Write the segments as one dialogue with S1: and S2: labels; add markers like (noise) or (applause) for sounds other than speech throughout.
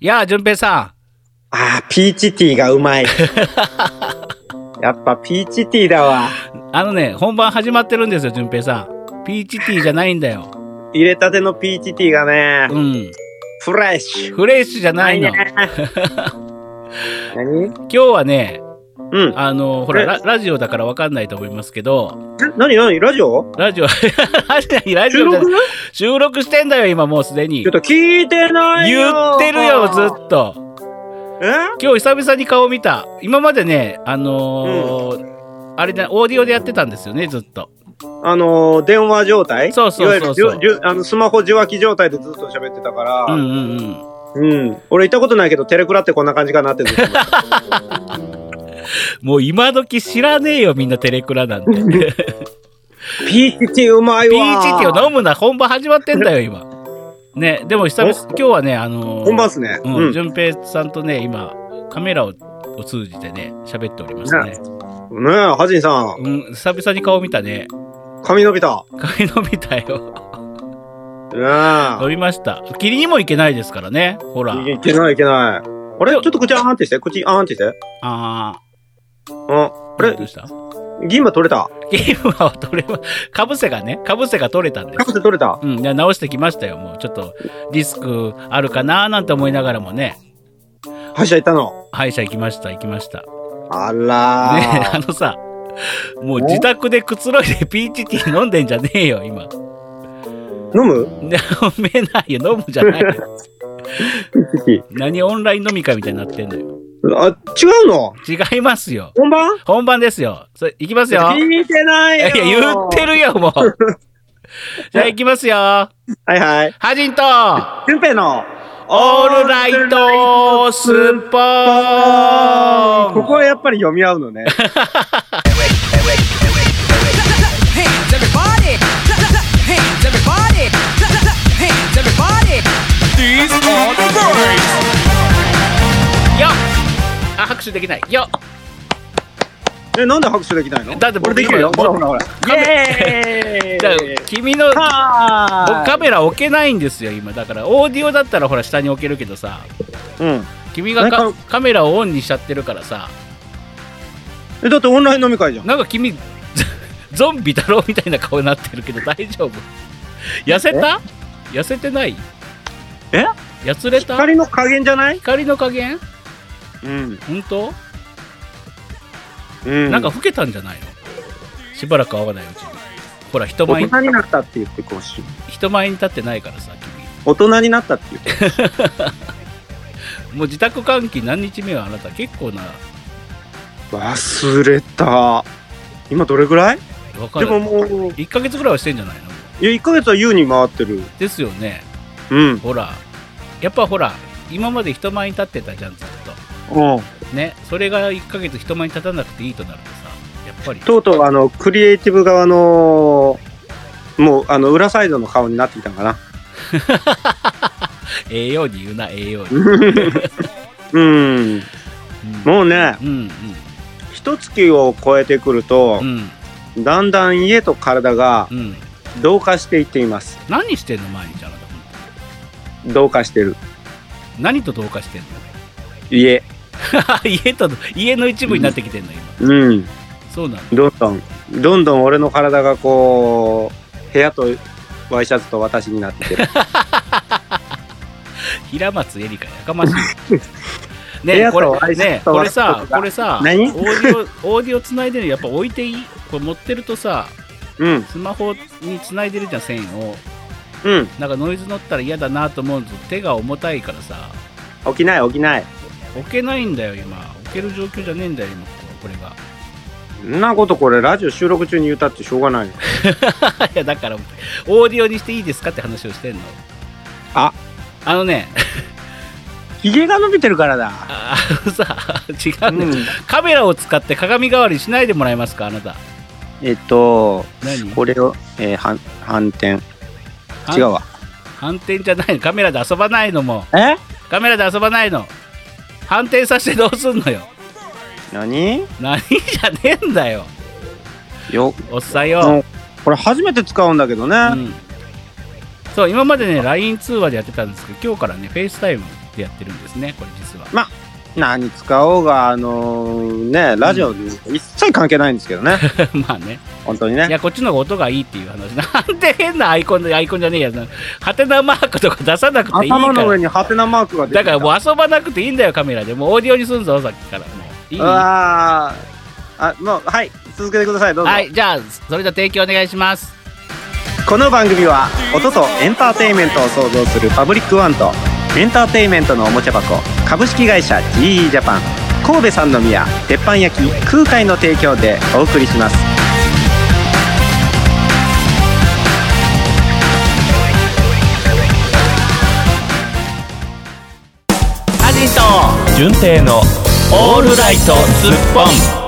S1: いやあ、淳平さ
S2: ああ、ピーチティーがう
S1: (laughs)
S2: まい。やっぱピーチティーだわ。
S1: ん。あのね、本番始まってるんですよ、淳平さん。ピーチティーじゃないんだよ。
S2: 入れたてのピーチティーがね、
S1: うん。
S2: フレッシュ。
S1: フレッシュじゃないの。今
S2: ね。何
S1: 日はね、
S2: うん。
S1: あの、ほら、
S2: え
S1: ララジオだからわかんないと思いますけど、
S2: 何何ラジオ
S1: ラジオ、 (laughs) ラジオ、ラジ
S2: 収
S1: オじゃ
S2: 録
S1: ない収録してんだよ、今もうすでに
S2: ちょっ。と聞いてない
S1: 言
S2: よ
S1: ってるよ、ずっと。
S2: え
S1: 今日久々に顔見た。今までね、あのーあれだ、オーディオでやってたんですよね、ずっと。
S2: あのー、電話状態
S1: そうそうそうそう
S2: わゆるじゅじゅあのスマホ受話器状態でずっと喋ってたから、
S1: うんうんうん。
S2: うん。俺行ったことないけど、テレクラってこんな感じかなってずっと思
S1: (laughs)
S2: って。
S1: もう今時知らねえよ、みんなテレクラなんて。
S2: (laughs) ピーチティーうまい
S1: ピ
S2: わ
S1: ーチティーを飲むな、本番始まってんだよ、今。ね、でも久々、今日はね、あのー
S2: 本番っすね。う
S1: うん、
S2: ん。
S1: 淳平さんとね、今、カメラをを通じてね、喋っておりますね。
S2: ねえ、ハジンさん、
S1: うん、久々に顔見たね。
S2: 髪伸びた。
S1: 髪伸びたよ。
S2: ねえ
S1: 伸びました。霧にもいけないですからね、ほら。
S2: いいけないいけない。あれちょっと口あーんってして、口あーんってして。
S1: あ
S2: うん。あ
S1: あ、
S2: れ
S1: どうした
S2: 銀歯取れた。
S1: ゲームは取れま、かぶせがね、かぶせが取れたんで
S2: か
S1: す。
S2: ぶせ取れた。
S1: うん、いや直してきましたよ、もうちょっとリスクあるかなーなんて思いながらもね、
S2: 歯医者行ったの。
S1: 歯医者行きました、行きました。
S2: あ
S1: ねえ
S2: ら
S1: あ
S2: ー。
S1: のさ、もう自宅でくつろいでピーチティー飲んでんじゃねえよ、今。
S2: 飲む
S1: 飲めないよ、飲むじゃないよ。
S2: ピーチテ
S1: 何オンライン飲み会みたいになってんのよ。
S2: ィー。あ、違うの
S1: 違いますよ。
S2: 本番
S1: 本番ですよ。それ、行きますよ。い
S2: 聞いてないよ
S1: や、。言ってるよ、
S2: (laughs)
S1: もう。じゃあ行きますよ。は
S2: はいはい。
S1: じんと、
S2: 俊平の。
S1: オールライトスッポーン
S2: ここはやっぱり読み合うのね。
S3: hands, everybody. Clap, clap, clap, hands, everybody. Clap, clap, clap, hands, everybody.
S1: よっあ、拍手できない。よっ
S2: え、なんで拍手できないの
S1: だって僕
S2: これできるよ。ほ
S1: 今
S2: らほらほら。
S1: カ
S2: エーイ
S1: じゃあ、君の、僕
S2: は
S1: カメラ置けないんですよ、今。だから、オーディオだったらほら、下に置けるけどさ、
S2: ーいうん。
S1: 君が
S2: な
S1: カ
S2: ん
S1: カメラをオンにしちゃってるからさ、
S2: え、だってオンライン飲み会じゃん。
S1: なんか君、 (laughs) ゾゾンビだろうみたいな顔になってるけど大丈夫痩せた痩せてない
S2: え
S1: やつれた
S2: 光の加減じゃない
S1: 光の加減
S2: うん。
S1: 本当、
S2: うん。
S1: なんか老けたんじゃないのしばらく会わないうちに。ほら、人前に
S2: 大人になったって言ってこうし。
S1: 人前に立ってないからさ、
S2: 大人になったって言って。
S1: 君。もう自宅換気何日目はあなた結構な、
S2: 忘れた。今どれぐらい
S1: わか
S2: で
S1: る。
S2: ももう、
S1: 1ヶ月ぐらいはしてんじゃないの
S2: いや、1ヶ月は優に回ってる。
S1: ですよね。
S2: うん。うん。
S1: ほら、やっぱほら、今まで人前に立ってたじゃん、ずっと。ね、それが1ヶ月人前に立たなくていいとなるとさ、やっぱり、
S2: とうとう、あの、クリエイティブ側の、もう、あの、裏サイドの顔になってきたんか (laughs) な。
S1: 栄養に言うな、栄養に。
S2: うん。もうね、
S1: うん、うん、
S2: 一月を超えてくると
S1: う、ん、
S2: だんだん家と体が
S1: うん。
S2: 同化していっています。
S1: 何してんの、毎日あなた、本当に
S2: 同化してる。
S1: 何と同化してんの (laughs)
S2: 家。
S1: 家と、家の一部になってきてんの、今。
S2: うん。
S1: そうなの。
S2: どんどん、どんどん俺の体がこう、部屋とワイシャツと私になってきてる。
S1: 平松エリカやかましい。
S2: 部
S1: ね
S2: 屋
S1: これ
S2: とアイス
S1: ね
S2: と
S1: これさ
S2: ワ、スト
S1: これさ、オー
S2: 何
S1: ディオ、オーディオつないでるやっぱ置いていいこれ持ってるとさ、
S2: (laughs) うん。
S1: スマホにつないでるじゃん、線を。
S2: うん。
S1: なんかノイズ乗ったら嫌だなと思うんです手が重たいからさ、
S2: 起きない起きない。
S1: 置けないんだよ、今。置ける状況じゃねえんだよ、今、これが。 (laughs)
S2: そんなことこれラジオ収録中に言ったってしょうがないよ。
S1: いやだからオーディオにしていいですかって話をしてんの
S2: あ
S1: あのね
S2: ヒゲが伸びてるからだ。
S1: ああのさ
S2: う
S1: 違うんだよ、
S2: ん。
S1: カメラを使って鏡代わりしないでもらえますかあなた
S2: えっと、
S1: 何
S2: これを、えー、反、反転。
S1: 反
S2: 違うわ。
S1: 反転じゃないのカメラで遊ばないのも
S2: え
S1: カメラで遊ばないの反転させてどうすんのよ
S2: 何
S1: 何じゃねえんだよ
S2: よ、
S1: おっさんよ、
S2: これ初めて使うんだけどね。
S1: うんそう今までね LINE 通話でやってたんですけど今日からね FaceTime ってやってるんですね、これ実は。 (laughs)
S2: 何使おうが、あのーね、ラジオに一切関係ないんですけど (laughs) ね、
S1: まあね。
S2: 本当に
S1: い
S2: ね。
S1: や、こっちの方が音がいいっていう話。なんで変なアイコンで、アイコンじゃねえやな。ハテナマークとか出さなくていいか
S2: 頭の
S1: ら
S2: 上。にハテナマークが出て
S1: だ
S2: きた
S1: からもう遊ばなくていいんだよ、カメラで。もうオーディオにすんぞ、さっきから。もういいは
S2: あーあ、もう、はい、続けてください、どうぞ。
S1: い、じゃあ、それでは提供お願いします。
S2: この番組は音とエンターテインメントを創造するパブリックワンとエンターテインメントのおもちゃ箱株式会社 GE ジャパン神戸三宮鉄板焼き空海の提供でお送りします
S1: アジト
S4: 純正の
S1: オールライトスッポン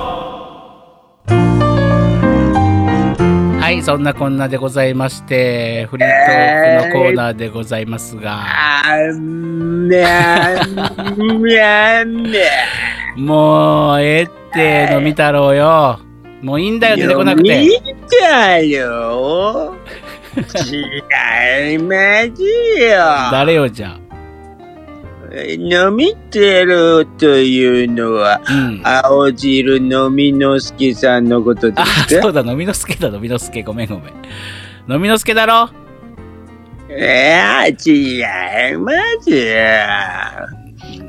S1: はい、そんなこんなでございまして、フリートークのコーナーでございますが、
S2: あーねーねーね
S1: もう、ええって、のみ太郎よ。もういいんだよ、出てこなくて。
S2: 見たよ違いますよ
S1: 誰よ、じゃ
S2: 飲みてるというのは
S1: あ。うん。
S2: 青汁飲みのすきさんのことで
S1: あ
S2: す、か
S1: そうだ、飲みのすけだ、飲みのすけ。ごめん、ごめん。飲みのすけだろ
S2: えー、違いますよ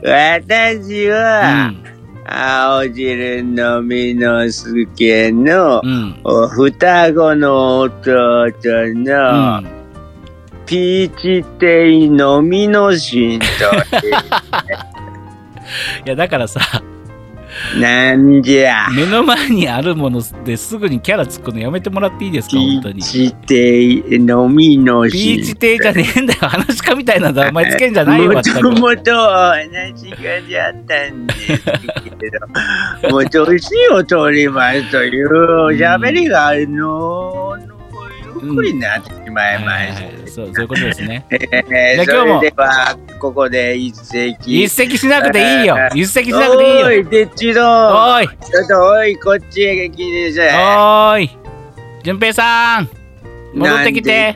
S2: 私
S1: う
S2: は、
S1: ん。
S2: 青汁飲みのすけの
S1: うん。
S2: お双子の弟
S1: う
S2: の
S1: ん。
S2: ピーチテイ飲みのしんと
S1: (laughs) いや、だからさ、
S2: いうなんじゃ
S1: 目の前にあるものですぐにキャラつくのやめてもらっていいですか、
S2: ピ
S1: 本当
S2: ー
S1: に。
S2: チテイ飲みのし
S1: ピ
S2: ん
S1: ーチ亭じゃねえんだよ。話かみたいな名前つけんじゃないよ、
S2: も
S1: 全
S2: と
S1: く。
S2: もとお話がじゃったんですけど、もう年を取りますという喋りが、あの、ゆっくりになってしまいま
S1: はい
S2: し
S1: は
S2: た。
S1: いそうそういうことです (laughs) ね。
S2: えー
S1: じゃあ今日も
S2: それでは、ここで一席。
S1: 一席しなくていいよ。一席しなく
S2: お
S1: ていいよ。
S2: い、でっちど
S1: おーい、
S2: ちょっとおい、こっちへ来て
S1: お
S2: さ
S1: ーい。順平さん、戻ってきて。。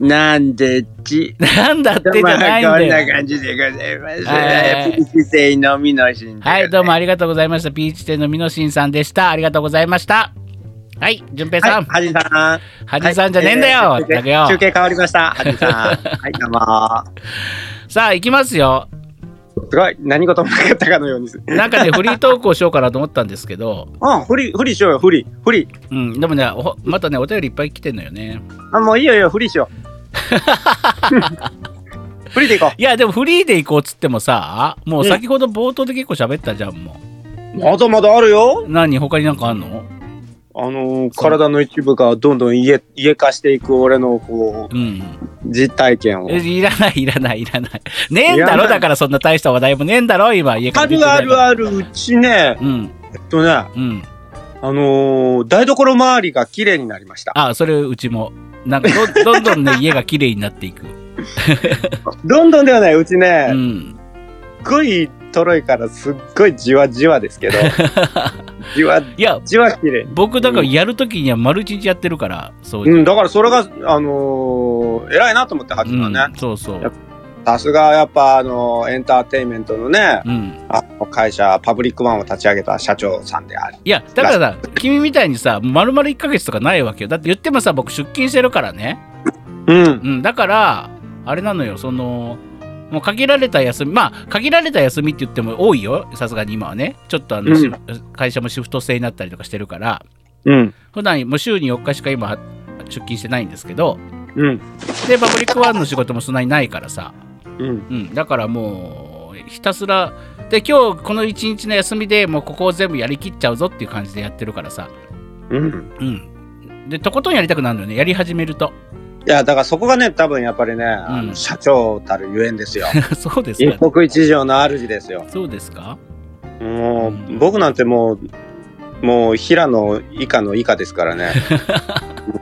S2: なんでっち。
S1: なんだってじゃ
S2: まあ
S1: ないん
S2: こん
S1: だ
S2: な
S1: よ。
S2: 感じでございます。
S1: はい
S2: ピーチテイのみのしんでございます。
S1: はい、どうもありがとうございました。ピーチ亭のみのしんさんでした。ありがとうございました。はい、順平さん、
S2: はい、はじさん。
S1: はじさんじゃねえんだ
S2: は
S1: よ
S2: い。
S1: だけよ
S2: 中。継変わりました。は
S1: (laughs)
S2: じさん。はい、どうも。
S1: さあ、行きますよ。
S2: すごい、何事もなかったかのようにする。
S1: なんかね、フリートークをしようかなと思ったんですけど、
S2: うん、ふり、ふりしようよ、ふり、ふり。
S1: うん、でもね、おまたね、お便りいっぱい来てんのよね。
S2: あ、もういいよいいよ、ふりし
S1: (laughs)
S2: よう。ふりでいこ
S1: いや、でもフリーで行こうっつってもさ、もう先ほど冒頭で結構喋ったじゃん、も
S2: う。まだまだあるよ。
S1: う。何、他になんかあんの
S2: あのー体の一部がどんどん家、家化していく俺の、こ
S1: うん。
S2: う、実体験を
S1: え。いらない、いらない、いらない。ねえんだ
S2: いらな
S1: ろ、
S2: い
S1: だからそんな大した話題もねえんだろ、今、家か
S2: あ
S1: ら出て
S2: る
S1: ない
S2: あるあるうちね、
S1: うん、
S2: えっとね、あ
S1: うん。
S2: のー台所周りが綺麗になりました。
S1: あ、それ、うちも。なんかど、 (laughs) どんどんね、家が綺麗になっていく。
S2: どんどんではない、うちね、
S1: うん。
S2: すっごいとろいからすっごいじわじわ (laughs) ですけどじわ
S1: いや、
S2: じわ綺麗
S1: 僕、だからやるときには丸一日やってるから、そう。
S2: うんだからそれがあのー偉いなと思ってはずだね、
S1: そうそ
S2: や
S1: う。
S2: っさすがやっぱあのーエンターテインメントのね
S1: うん。
S2: あの会社パブリックワンを立ち上げた社長さんである
S1: いや、だからさ、君みたいにさ、丸々1ヶ月とかないわけよ。だって言ってもさ、僕、出勤してるからね。
S2: うん
S1: うん、だから、あれなのよ、その、もう限られた休み、まあ、限られた休みって言っても多いよ、さすがに今はね。ちょっとあの、
S2: うん
S1: し会社もシフト制になったりとかしてるから、
S2: うん
S1: 普段もう週に4日しか今、出勤してないんですけど、
S2: うん
S1: で、パブリックワンの仕事もそんなにないからさ、
S2: うん
S1: うん、だからもう、ひたすら、で、今日この1日の休みでもうここを全部やりきっちゃうぞっていう感じでやってるからさ、
S2: うん
S1: うん。で、とことんやりたくなるのよね、やり始めると。 (laughs)
S2: いやだからそこがね多分やっぱりね、あの社長たるゆえんです (laughs) よ
S1: そうです
S2: 一
S1: か、
S2: 国一城の主ですよ
S1: そうですか
S2: もう僕なんてもうもう平野以下の以下ですか
S1: (laughs)
S2: らね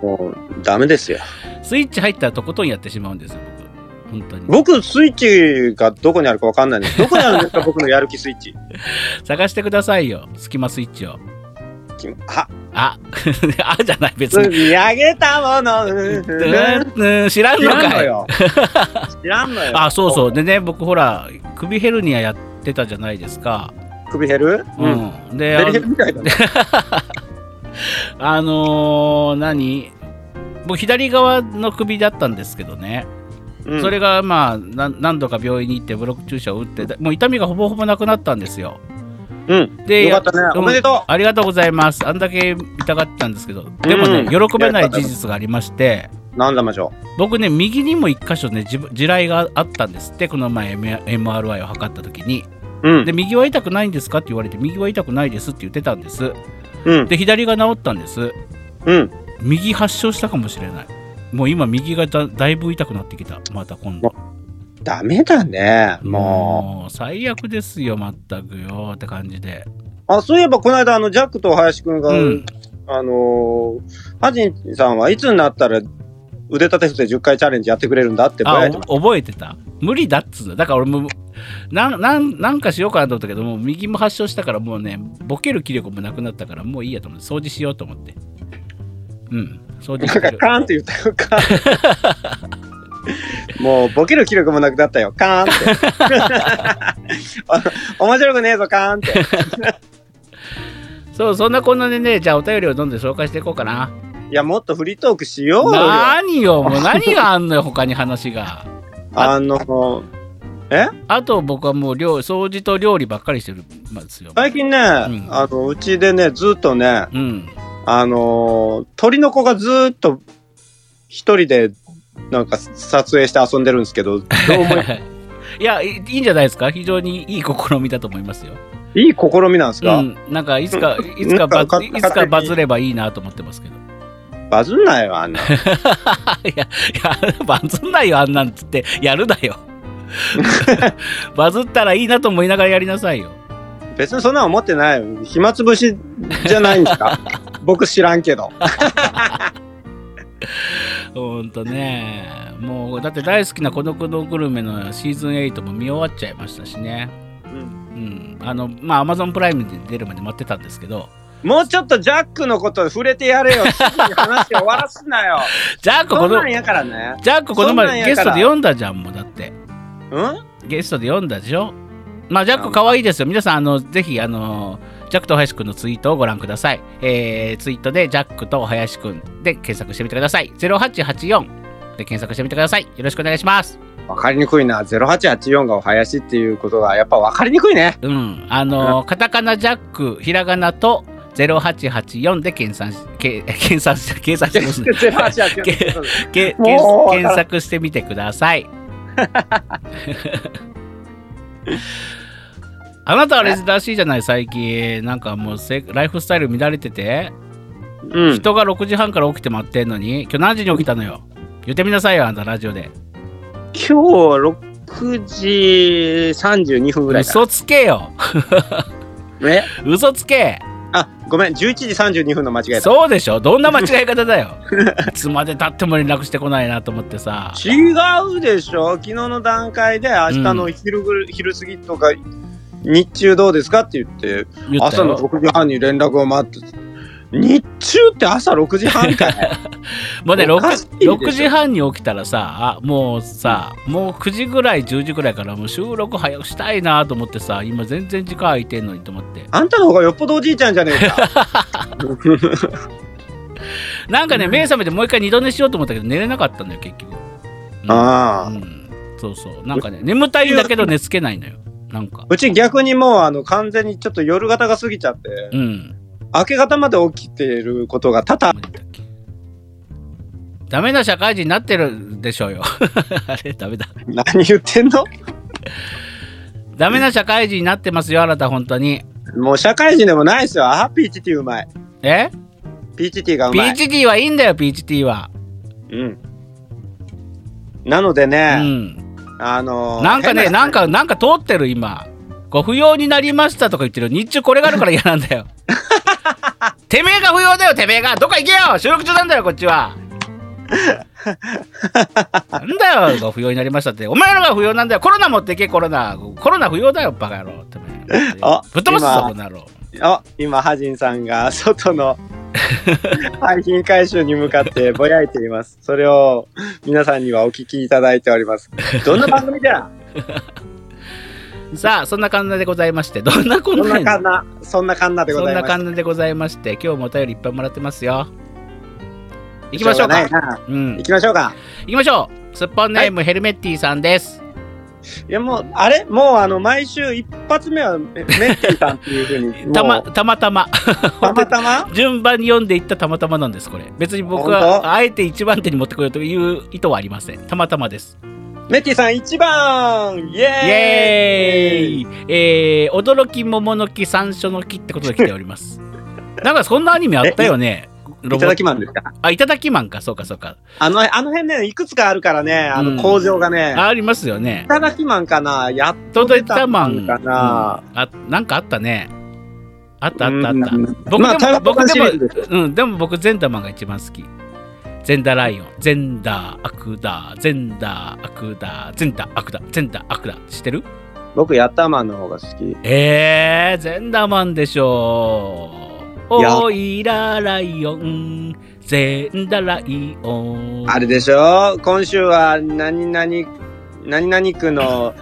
S2: もうダメですよ
S1: スイッチ入ったらとことんやってしまうんですよ、僕。本当に。
S2: 僕スイッチがどこにあるかわかんないんですどこにあるんですか僕のやる気スイッチ
S1: 探してくださいよ、隙間スイッチを。
S2: きは
S1: あ、 (laughs) あじゃない、別
S2: 積
S1: に。
S2: み上げたもの、うんうんうん
S1: うん、知らん
S2: 知
S1: の
S2: らんの
S1: かい。
S2: よ。知らんのよ。
S1: あ、そうそう。でね、僕ほら、首ヘルニアやってたじゃないですか。
S2: 首減る
S1: う。ん。で、あ
S2: ベリヘルみたいだね。
S1: あのー何僕、左側の首だったんですけどね。
S2: うん
S1: それが、まあ、な何度か病院に行ってブロック注射を打って、もう痛みがほぼほぼなくなったんですよ。
S2: うん。
S1: で
S2: よかったね
S1: や
S2: おめでとうん
S1: ありがとうございますあんだけ痛がってたんですけどでもね、
S2: うん
S1: 喜べない事実がありまして
S2: なんだましょ
S1: 僕ね右にも1箇所ね地地雷があったんですってこの前 M- MRI を測った時に
S2: う。うん
S1: で。右は痛くないんですかって言われて右は痛くないですって言ってたんです
S2: うん。
S1: で左が治ったんです
S2: うん。
S1: 右発症したかもしれないもう今右がだだいぶ痛くなってきたまた今度
S2: ダメだね。も
S1: もう最悪ですよまったくよって感じで
S2: う。あ、そういえばこの間、あの、ジャックと林くんが、
S1: うん
S2: あのー、ハジンさんはいつになったら腕立て伏せ10回チャレンジやってくれるんだってぼや
S1: あ
S2: いてまし
S1: お覚えてた無理だっつうのだから俺もなんなんなんかしようかなと思ったけどもう右も発症したからもうねボケる気力もなくなったからもういいやと思って掃除しようと思ってうん掃除
S2: た。
S1: して
S2: なん
S1: る
S2: かカーンって言ったよ、カーン。もうボケる気力もなくなったよ、カーンって。 (laughs) あ面白くねえぞ、カーンって。
S1: そうそんなこんなでねじゃあお便りをどんどん紹介していこうかない
S2: や、もっとフリートークしようよ。
S1: 何よもう何があんのよ他に話が
S2: あの、
S1: あと僕はもう料掃除と料理ばっかりしてるますよ
S2: 最近ね、
S1: ん
S2: あの、うちでね、ずっとね、
S1: うん
S2: あのー鳥の子がずーっと一人でなんか撮影して遊んでるんですけど、どう思い
S1: い (laughs) やいいいんじゃないですか非常にいい試みだと思いますよ
S2: いい試みなんですか、
S1: うん、なんかいつか、いつか
S2: な
S1: バ
S2: んか
S1: ズ、
S2: 勝
S1: い
S2: 手
S1: つかバ
S2: 勝手に
S1: ズればいいなと思ってますけど。 (laughs)
S2: バズんないよ、あんな。
S1: いや、いや、バズんないよ、あんなんつって、やるな
S2: (laughs)
S1: よ。バズったらいいなと思いながらやりなさいよ。
S2: 別にそんなの思ってないよ。暇つぶしじゃないんです
S1: (laughs)
S2: か僕知らんけど。
S1: ほんとね。もう、だって大好きな孤独のグルメのシーズン8も見終わっちゃいましたしね。うん。あの、まあ、アマゾンプライムで出るまで待ってたんですけど、
S2: もうちょっとジャックのこと触れてやれよ。すぐに話終わらすなよ。
S1: ジャック
S2: そ
S1: こ
S2: ん
S1: の
S2: なん、やからね。
S1: ジャックこの
S2: そんなん
S1: 前
S2: や
S1: ゲスト
S2: から
S1: で読んだじゃん、もうだって。
S2: うん
S1: ゲストで読んだでしょまあ、ジャック可愛いですよ。皆さん、あの、ぜひ、あの、ジャックと林くんのツイートをご覧ください。えー、ツイートで、ジャックと林くんで検索してみてください。0884で検索してみてください。よろしくお願いします。
S2: わかりにくいな。0884がお囃子っていうことがやっぱわかりにくいね。
S1: うん。あの、カタカナジャック、ひらがなと、0884で検索し、け (laughs) 検索して、検索してますね
S2: 0884って
S1: (laughs)
S2: こと
S1: け
S2: でもうわからん
S1: 検索してみてください。 (laughs) あなたは珍しいじゃない最近なんかもうせライフスタイル乱れてて、
S2: うん。
S1: 人が6時半から起きて待ってんのに今日何時に起きたのよ言ってみなさいよあんたラジオで
S2: 今日6時32分ぐらいか
S1: 嘘つけよ
S2: な。え
S1: 嘘つけ
S2: あ、ごめん、11時32分の間違いだ。
S1: そうでしょどんな間違い方だよいつまでたっても連絡してこないなと思ってさ
S2: 違うでしょ昨日の段階で明日の昼ぐ、昼過ぎとか、日中どうですかって言って、
S1: 言った
S2: 朝
S1: よ
S2: の6時半に連絡を待って、日中って朝6時半
S1: (laughs)
S2: かい
S1: もうね
S2: おかしいでしょ
S1: 6, 6時半に起きたらさもうさもう9時ぐらい10時ぐらいからもう収録早くしたいなと思ってさ今全然時間空いてんのにと思って
S2: あんたの方がよっぽどおじいちゃんじゃねえ
S1: (laughs)
S2: か。
S1: なんかね目覚めてもう一回二度寝しようと思ったけど寝れなかったんだよ結局、うん
S2: ああ
S1: うん、そうそうなんかね眠たいんだけど寝つけないのよなんか
S2: うち逆にもうあの完全にちょっと夜型が過ぎちゃって、
S1: うん
S2: 明け方まで起きてることが多々
S1: 何だっけダメな社会人になってるでしょうよ (laughs) あれダメだ
S2: 何言ってんの
S1: ダメな社会人になってますよあなた本当に
S2: もう社会人でもないですよ。あーピーチティーうまい。
S1: え
S2: ピーチティーがう
S1: ピ
S2: まい。
S1: ーチティーはいいんだよピーチティーは
S2: うん。なので
S1: う
S2: ね、
S1: ん
S2: あのー
S1: なんかね、
S2: 変
S1: なんか、なんか通ってる今。ご不要になりましたとか言ってるよ日中これがあるから嫌なんだ (laughs) よ。てめえが不要だよ、てめえが。どっか行けよ収録中なんだよ、こっちは。なんだよ、ご不要になりましたって。お前らが不要なんだよ。コロナ持ってけ、コロナ。コロナ不要だよ、バカ野郎。てめえ
S2: あ
S1: ぶっ飛ばすぞ、
S2: 今
S1: この野郎。
S2: (laughs)
S1: (laughs)
S2: あ今ハジンさんが外の廃品回収に向かってぼやいています。それを皆さんにはお聞きいただいております。どんな番組
S1: (laughs)
S2: だ
S1: さあそんな感じでございましてどんなこん
S2: そん
S1: な
S2: なんかんな、そんなかんなで
S1: そ
S2: ご
S1: ん
S2: ざい
S1: な
S2: ます。
S1: 感じでございまして今日もお便りいっぱいもらってますよ行
S2: 行
S1: きましょうか
S2: か。
S1: うん
S2: 行きましょうか。
S1: 行きましょうすっぽんネーム、ヘルメッティさんです
S2: いやもう、あれもうあの、毎週一発目はメメッティさんっていうふうに。
S1: (laughs) たま
S2: も
S1: たまたま
S2: うたまたま
S1: 順番に読んでいったたまたまなんですこれ別に僕
S2: 本
S1: は
S2: 当
S1: あえて一番手に持ってこようという意図はありませんたまたまです
S2: メッティさん一番イエ
S1: イエ
S2: ーイ
S1: ーイえー、驚き桃の木山椒の木ってことで来ております
S2: (laughs)
S1: なんかそんなアニメあったよねロ
S2: いただきマンですか
S1: あいただきマンかそうかそうか
S2: あの、あの辺ね、いくつかあるからね、あ
S1: うん
S2: の工場がね、
S1: あありますよね
S2: いただきマンかなやっ
S1: 届いたマン
S2: かな
S1: うんあなんかあったねあったあったあっ
S2: うん
S1: た僕でも、
S2: まあ台湾
S1: 僕
S2: シ
S1: で
S2: リーズです
S1: も、うん、でも僕、ゼンダーマンが一番好き。ゼンダーライオン、ゼンダー、アクダー、ゼンダー、アクダー、ゼンダー、アクダー、ゼンダー、アクダー、知ってる
S2: 僕、ヤッターマンの方が好き。
S1: えー、ゼンダーマンでしょう。
S2: いや
S1: おいらライオン、ゼンダーライオン。
S2: あれでしょ今週は、何々、何々区の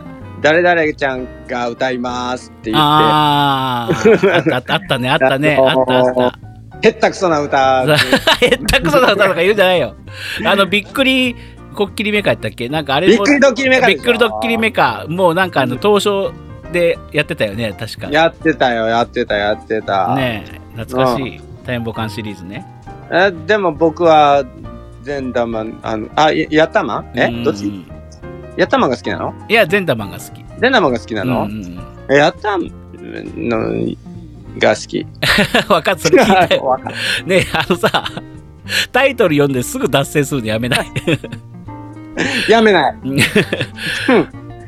S2: 誰々ちゃんが歌いますって言っ
S1: あーあったあったあったね、あったね、あったあった。
S2: て、へったくそな
S1: (laughs)
S2: 歌。
S1: へったくそな歌とか言うんじゃないよ。あの、びっくりこっきりメカやったっけなんかあれ
S2: びっ
S1: も
S2: くりドッキリメカ
S1: び
S2: で
S1: っ
S2: し
S1: く
S2: ょ
S1: りドッキリメカ。もうなんかあの、東証でやってたよね、確か。
S2: やってたよ、やってた、やってた。
S1: ねえ懐かしい。タイムボカンシリーズね。
S2: えでも僕は、全ダマン、あの、あ、やヤッターマン
S1: う
S2: え
S1: ん
S2: どっちヤッターマンが好きなの
S1: いや、ゼンダマンが好き。
S2: ゼンダーマンが好きなの、
S1: うんうん (laughs) うん
S2: えやったんのが好き。
S1: わかっそれ聞いたよ。
S2: わかる
S1: ねえあのさ、タイトル読んですぐ脱線するのやめ
S2: (laughs)
S1: ない。
S2: やめない。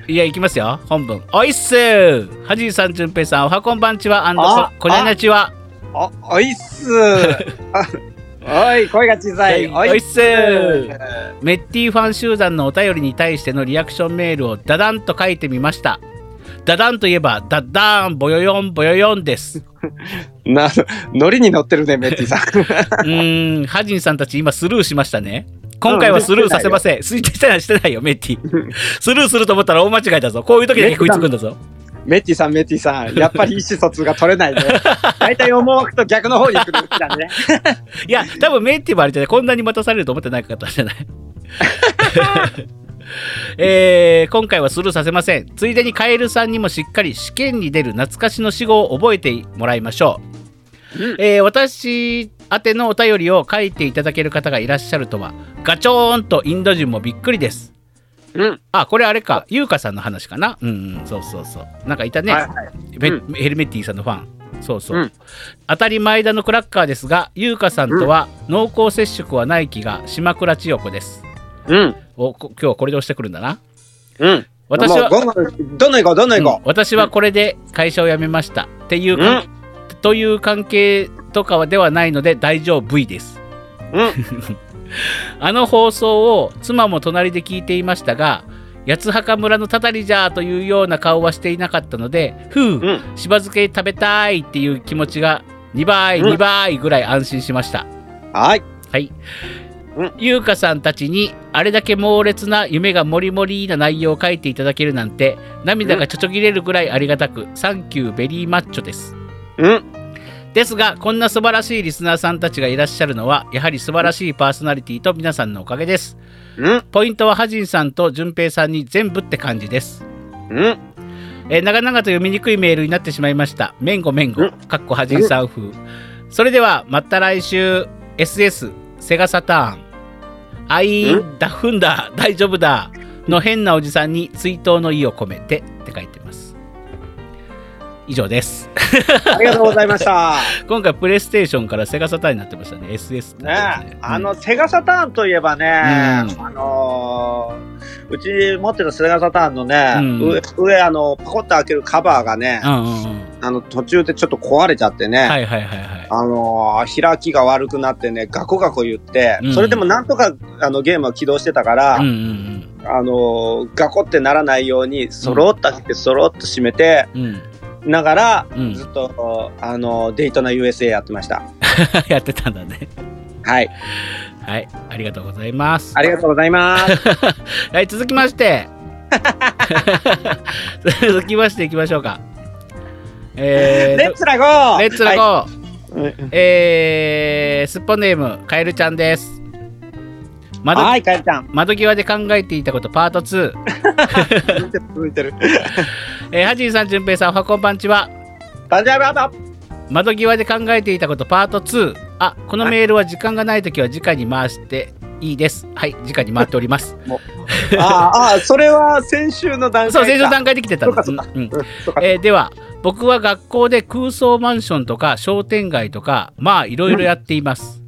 S1: いや、いきますよ。本文。おいっすーはじいさん、じゅんぺいさん、おはこんばんちは、アンド
S2: あ
S1: こ、こにゃなちは。
S2: お、おいっす。 (laughs) あおい、声が小さい。
S1: はい
S2: おいっす
S1: お。いっメッティファン集団のお便りに対してのリアクションメールをダダンと書いてみました。ダダンといえば、ダッダーン、ボヨヨン、ボヨヨンです。
S2: な、ノリに乗ってるね、メッティさん。 (laughs)
S1: うーん、ハジンさんたち今スルーしましたね。今回はスルーさせません。スイッチしてない、してないよ、メッティ。スルーすると思ったら大間違いだぞ。こういう時だけ食いつくんだぞ。
S2: メッティさん、メッティさん。やっぱり意思疎通が取れ (laughs) ないね。大体思惑と逆の方に来るんだね。
S1: いや、多分メッティもあれじゃない。こんなに待たされると思ってなかったんじゃ (laughs) ない。えー今回はスルーさせませんついでにカエルさんにもしっかり試験に出る懐かしの死語を覚えてもらいましょう、
S2: うん
S1: えー私宛てのお便りを書いていただける方がいらっしゃるとはガチョーンとインド人もびっくりです
S2: うん。
S1: あこれあれか優香さんの話かなうんうんそうそうそうなんかいたね、
S2: はいはい。
S1: め
S2: う
S1: ヘルメッティさんのファンそうそう、
S2: うん
S1: 当たり前だのクラッカーですが優香さんとは濃厚接触はない気が島倉千代子です
S2: うん。
S1: おこ今日これで押してくるんだな
S2: うん。
S1: 私
S2: もう
S1: は
S2: どんどん、どんどん行こう、どんどん行こ
S1: うん私はこれで会社を辞めました、っていうかという関係とかはではないので大丈夫です
S2: う。うん。
S1: あの放送を妻も隣で聞いていましたが八墓村のたたりじゃーというような顔はしていなかったのでふう、
S2: うん。
S1: しば漬け食べたいっていう気持ちが2倍
S2: うん
S1: 2倍ぐらい安心しました、
S2: はい。
S1: はい
S2: うん
S1: 優香さんたちにあれだけ猛烈な夢がもりもりな内容を書いていただけるなんて涙がちょちょぎれるぐらいありがたくサンキューベリーマッチョです
S2: うん。
S1: ですがこんな素晴らしいリスナーさんたちがいらっしゃるのはやはり素晴らしいパーソナリティと皆さんのおかげです
S2: うん。
S1: ポイントはハジンさんと順平さんに全部って感じです
S2: うん。
S1: えー長々と読みにくいメールになってしまいました。めんごめんご
S2: うん、
S1: かっこはじいさん風。それでは、また来週、SS、セガサターン、あいーん、だふんだ、大丈夫だ、の変なおじさんに追悼の意を込めてって書いてます。以上です。
S2: ありがとうございました。
S1: 今回、プレイステーションからセガサターンになってましたね、SS ってなってます
S2: ね、あの、セガサターンといえばね、
S1: ん
S2: あのーうち持ってたセガサターンのね、
S1: うん
S2: 上、上あの、パコッと開けるカバーがね、
S1: うんうんうん。
S2: あの、途中でちょっと壊れちゃってね、
S1: はいはいはいはい。
S2: あのー開きが悪くなってね、ガコガコ言って、
S1: うん
S2: それでもなんとかあのゲームは起動してたから、
S1: うんうん
S2: あのーガコってならないように、そろっと開けて、そろっと閉めて、
S1: うん。うん。
S2: ながら、
S1: うん
S2: ずっとあのデートな USA やってました。
S1: (laughs) やってたんだね。
S2: はい、
S1: はい、ありがとうございます。
S2: ありがとうございます。
S1: はい、続きまして。 (laughs) 続きましていきましょうか。え
S2: レッ
S1: ー
S2: ツラゴー。
S1: レッツラゴ
S2: は
S1: ー。
S2: い
S1: えー、すっぽネーム、カエルちゃんです。窓
S2: はい、かえちゃん。
S1: 窓際で考えていたことパート2。
S2: 続いてる続いてる。
S1: えー、はじいさん、じゅんぺいさん、おはこんばんちは。
S2: バンジャーバーバ
S1: 窓際で考えていたことパート2。あ、このメールは時間がないときは直に回していいです。はい、直に回っております。
S2: ーあーあー、それは先週の段階か。
S1: そう、正常段階で来てたんで
S2: そうかそうか
S1: うんうん
S2: うんそうか
S1: えーでは僕は学校で空想マンションとか商店街とかまあいろいろやっています、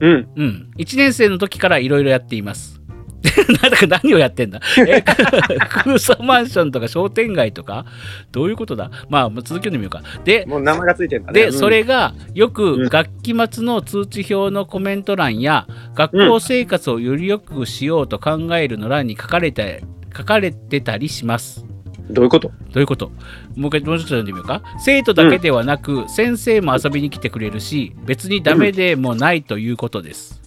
S2: うん。
S1: うん1年生の時からいろいろやっています (laughs) なんだか何をやってんだ、えー (laughs) 空想マンションとか商店街とかどういうことだまあ続きを読んでみようかで
S2: もう名前がついてるんだね。
S1: で
S2: うん
S1: そ。れがよく
S2: うん
S1: 学期末の通知表のコメント欄や学校生活をより良くしようと考えるの欄に書かれて書かれてたりします
S2: どういうこと
S1: どういうこともう一回もうちょっと読んでみようか生徒だけではなく、先生も遊びに来てくれるし別にダメでもないということです、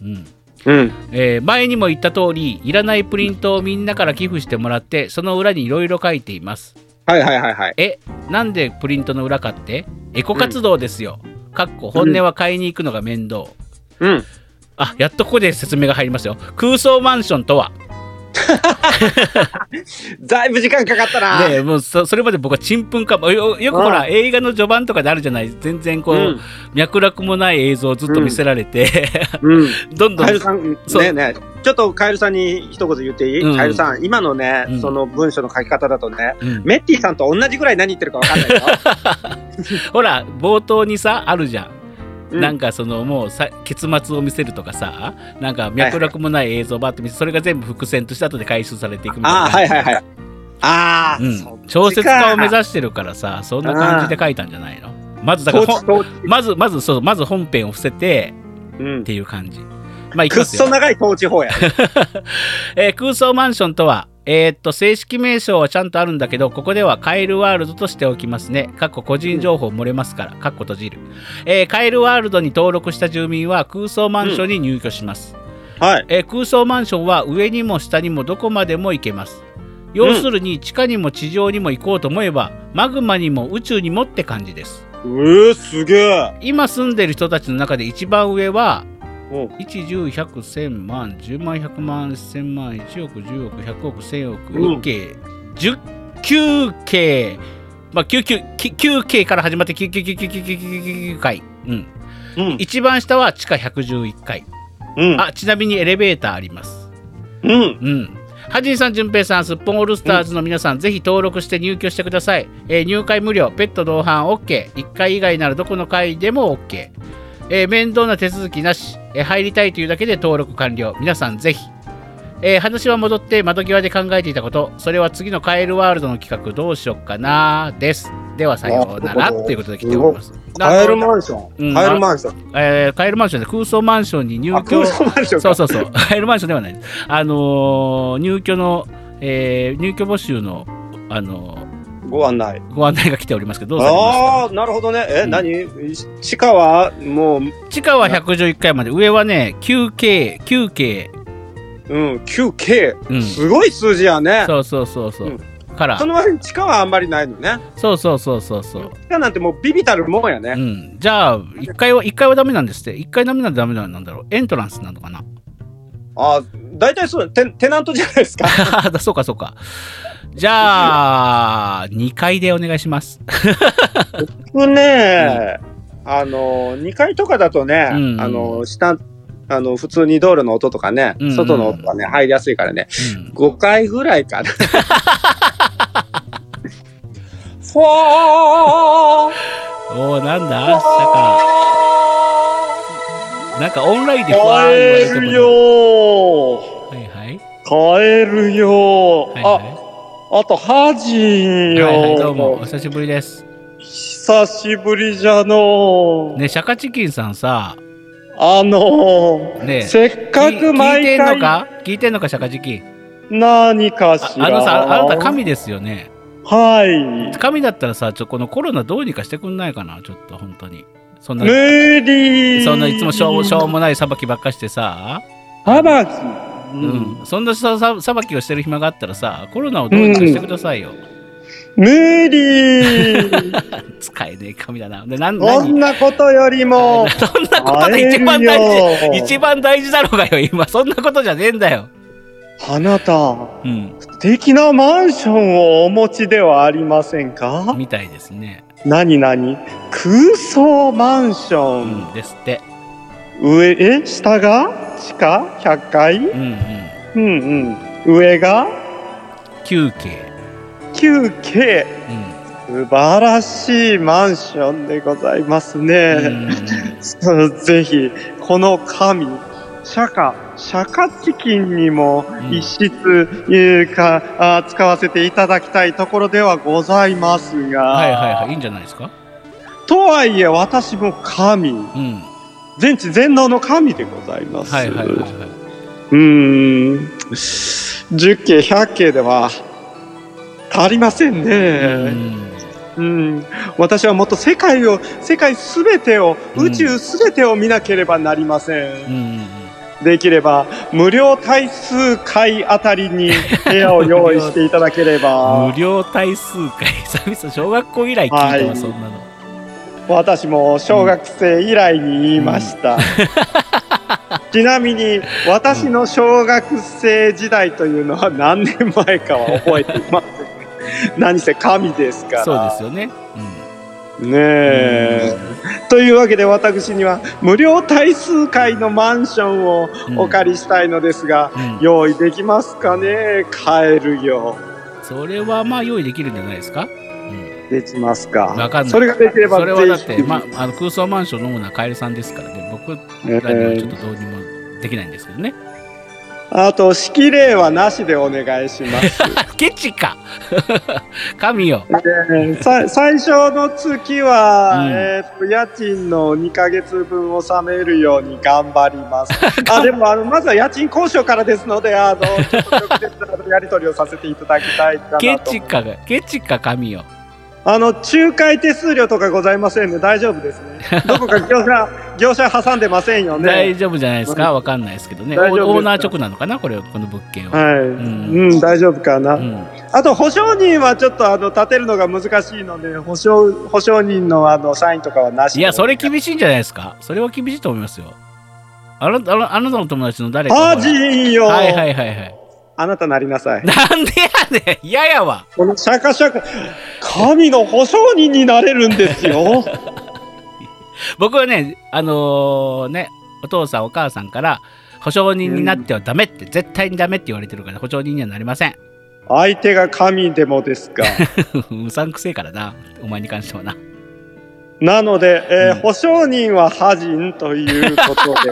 S1: うん
S2: うん。
S1: えー前にも言った通りいらないプリントをみんなから寄付してもらってその裏にいろいろ書いています
S2: はいはいはいはい。
S1: えなんでプリントの裏かってエコ活動ですよ、かっこ本音は買いに行くのが面倒
S2: うん。
S1: あやっとここで説明が入りますよ空想マンションとは
S2: だいぶ時間かかったな。
S1: でもうそそれまで僕はちんぷんかんよよくほ
S2: う
S1: ら
S2: ん
S1: 映画の序盤とかであるじゃない全然こう、
S2: うん
S1: 脈絡もない映像をずっと見せられて、
S2: うん。
S1: どんどん
S2: カエルさん、ね
S1: そう
S2: えねえちょっとカエルさんに一言言っていい、
S1: うん
S2: カエルさん、今のね、
S1: うん
S2: その文章の書き方だとね、
S1: うん
S2: メッティさんと同じぐらい何言ってるかわかんないよ。
S1: ほら冒頭にさあるじゃん。
S2: う
S1: (laughs)
S2: ん
S1: なんかそのもうさ結末を見せるとかさなんか脈絡もない映像ばって見せそれが全部伏線として後で回収されていくみたいな
S2: ああ、はいはいはい。ああ、
S1: うん
S2: そっちか
S1: 小説家を目指してるからさそんな感じで書いたんじゃないのまずだから
S2: そ
S1: ほ
S2: うそう
S1: まずまずそうまず本編を伏せて
S2: うん
S1: っ。ていう感じまあいき
S2: く
S1: ま
S2: っ
S1: すよ
S2: そ長い統
S1: (laughs)
S2: 治法や。
S1: えー空想マンションとは、えーっと、正式名称はちゃんとあるんだけど、ここではカエルワールドとしておきますね。かっこ個人情報漏れますから、かっこ閉じる。えーカエルワールドに登録した住民は空想マンションに入居します。
S2: はい。
S1: えー空想マンションは上にも下にもどこまでも行けます。要するに、地下にも地上にも行こうと思えば、マグマにも宇宙にもって感じです。
S2: うえ、すげえ。
S1: 今住んでる人たちの中で一番上は、
S2: うん
S1: 1 1 0 100 1000万10万100万1000万1億10億100億1000億
S2: うん
S1: 109K まあ 9K から始まって9999999回うん
S2: うん。
S1: 一番下は地下111階
S2: うん。
S1: あちなみにエレベーターあります
S2: うん。
S1: うんはじいさん、じゅんぺいさん、すっぽんオールスターズの皆さん、ぜひ登録して入居してください。えー入会無料、ペット同伴 OK、1回以外ならどこの会でも OK、えー面倒な手続きなし、えー入りたいというだけで登録完了。皆さん、ぜひ。えー話は戻って窓際で考えていたこと、それは次のカエルワールドの企画どうしよっかなです。ではさようなら
S2: なるほど
S1: ということで来ております。
S2: カエルマンショ
S1: うん
S2: ン。カエルマンション。
S1: えーカエルマンションで空想マンションに入
S2: あ、
S1: 居
S2: 空。想マンションか。
S1: そうそうそう、 (laughs) カエルマンションではないです。あのー入居の、えー入居募集の、あの
S2: ご案内。
S1: ーご案内が来ておりますけど、どうされま
S2: ああ、なるほどね。え、
S1: うん
S2: 何地下はもう、
S1: すか地下は111階まで、上はね、9K、9K、
S2: うん、9K。
S1: うん、
S2: すごい数字やね。
S1: そうそうそうそう、
S2: うん
S1: から
S2: そ、の割に地下はあんまりないのね。
S1: そうそうそうそうそう。
S2: 地下なんてもうビビたるもんや
S1: う
S2: ね。
S1: ん、じゃあ1階は1階はダメなんですって1階ダメなんでダメなんだろうエントランスなのかな (laughs)
S2: ああ、大体そう、テテナントじゃないで
S1: (laughs)
S2: すか。
S1: あーそうかそうかじゃあ2階でお願いします
S2: 僕ね、あの、2階とかだとね、
S1: うん
S2: あの、下、あの、普通に道路の音とかね
S1: うん、
S2: 外の音がね、入りやすいからね、5階ぐらいかな。
S1: うん、お
S2: フォー
S1: おなんだ下からなんかオンラインでわー
S2: 帰
S1: 言われても
S2: るよ
S1: はいはい。
S2: 帰るよ、
S1: はいは
S2: あ、あと、ハジン
S1: い。
S2: よ、
S1: はいはい、どうも、お久しぶりです。
S2: 久しぶりじゃのう、
S1: ね、シャカチキンさんさ、
S2: あのー、
S1: ねえ
S2: せっ
S1: 聞
S2: か
S1: い
S2: く
S1: 聞い
S2: 毎
S1: てんの
S2: 回
S1: か聞いてんのか、シャカチキン。
S2: 何か
S1: あ
S2: しら
S1: あのさ、あなた神ですよね。
S2: はい。
S1: 神だったらさ、ちょこのコロナどうにかしてくんないかな、ちょっと本当に。そんな
S2: 無、理
S1: そんないつもしょうしょうもない裁きばっかしてさ、
S2: はばき。う
S1: うんそんなささ裁きをしてる暇があったらさ、コロナをどうにかしてくださいよ。
S2: 無
S1: (laughs)
S2: 理
S1: 使えねえ神だな。で、なん
S2: こん
S1: 何。
S2: なことよりも
S1: (laughs) そんなことで一番大事、一番大事だろうがよ、今。そんなことじゃねえんだよ。
S2: あなた、
S1: うん、
S2: 素敵なマンションをお持ちではありませんか
S1: みたいですね。
S2: 何何空想マンシ
S1: う
S2: ョン。
S1: ん、ですって。
S2: 上、え、下が地下 ?100 階
S1: うんうん。
S2: うんうん。上が
S1: 休憩。う
S2: 9K。
S1: ん
S2: 素晴らしいマンションでございます
S1: う
S2: ね。
S1: ん。
S2: (laughs) ぜひ、この神、釈迦、釈迦チキンにも
S1: うん
S2: 一室、えーかあー使わせていただきたいところではございますが、
S1: はいはいはい、いいんじゃないですか。
S2: とはいえ私も神、
S1: うん。
S2: 全知全能の神でございます。
S1: はいはいはい、
S2: う
S1: はい。
S2: ーん、10景、100景では足りません
S1: う
S2: ね。
S1: ん
S2: うん、私はもっと世界を世界すべてを
S1: うん
S2: 宇宙すべてを見なければなりません、
S1: うん
S2: できれば無料対数回あたりに部屋を用意していただけれ
S1: うん、 (laughs) 無
S2: ば
S1: 料対数回久々小学校以来聞いた
S2: は
S1: わ
S2: い
S1: そんなの
S2: 私も小学生以来に言いました、 (laughs) ちなみに私の小学生時代というのは何年前かは覚えていません (laughs) 何せ神ですから
S1: そうですよね、
S2: ねえ、というわけで私には無料対数回のマンションを
S1: うん
S2: お借りしたいのですが、
S1: うんうん、
S2: 用意できますかね帰るよ
S1: それはまあ用意できるんじゃないですか、うん、
S2: できますか
S1: わかんない
S2: それができれば
S1: それはだって、
S2: ぜひ
S1: ま、あの空想マンションのオーナーカエルさんですからね僕
S2: え
S1: らにはちょっ
S2: ー
S1: とどうにもできないんですけどね、
S2: あと式例はなしでお願いします、
S1: (laughs) ケチか神よ
S2: えーさ最初の月は、
S1: うん
S2: えーと家賃の2ヶ月分納めるように頑張ります
S1: (laughs)
S2: あでもあのまずは家賃交渉からですのであのちょっと直接あのやり取りをさせていただきたいかなと
S1: ケチかがケチか神よ
S2: あの仲介手数料とかございませんので大丈夫ですね。
S1: (laughs)
S2: どこか業者業者挟んでませんよ
S1: 大
S2: ね。
S1: 丈夫じゃないですかわかんないですけどねオ
S2: 大丈夫ですか
S1: ーナー直なのかなこれこの物件は、
S2: はい、
S1: ん
S2: うん、大丈夫かな。
S1: うん
S2: あと保証人はちょっとあの立てるのが難しいので保証保証人のあのサインとかはなし。
S1: いや、それ厳しいんじゃないですか。それは厳しいと思いますよ。あなたあなあなたの友達の誰か
S2: パ
S1: は。
S2: ージーよ。
S1: はいはいはいはい。
S2: あなたなりなさい。
S1: なんでやねん嫌やわ。
S2: このシャカシャカ神の保証人になれるんです
S1: (laughs)
S2: よ。
S1: 僕はね、あのーね、お父さんお母さんから、保証人になってはダメって、絶対にダメって言われてるから、保証人にはなりません。 (laughs)
S2: 相手が神でもですか。
S1: うさんくせえからな、お前に関してはな。
S2: なので、えー
S1: うん
S2: 保証人は破人ということ
S1: (laughs)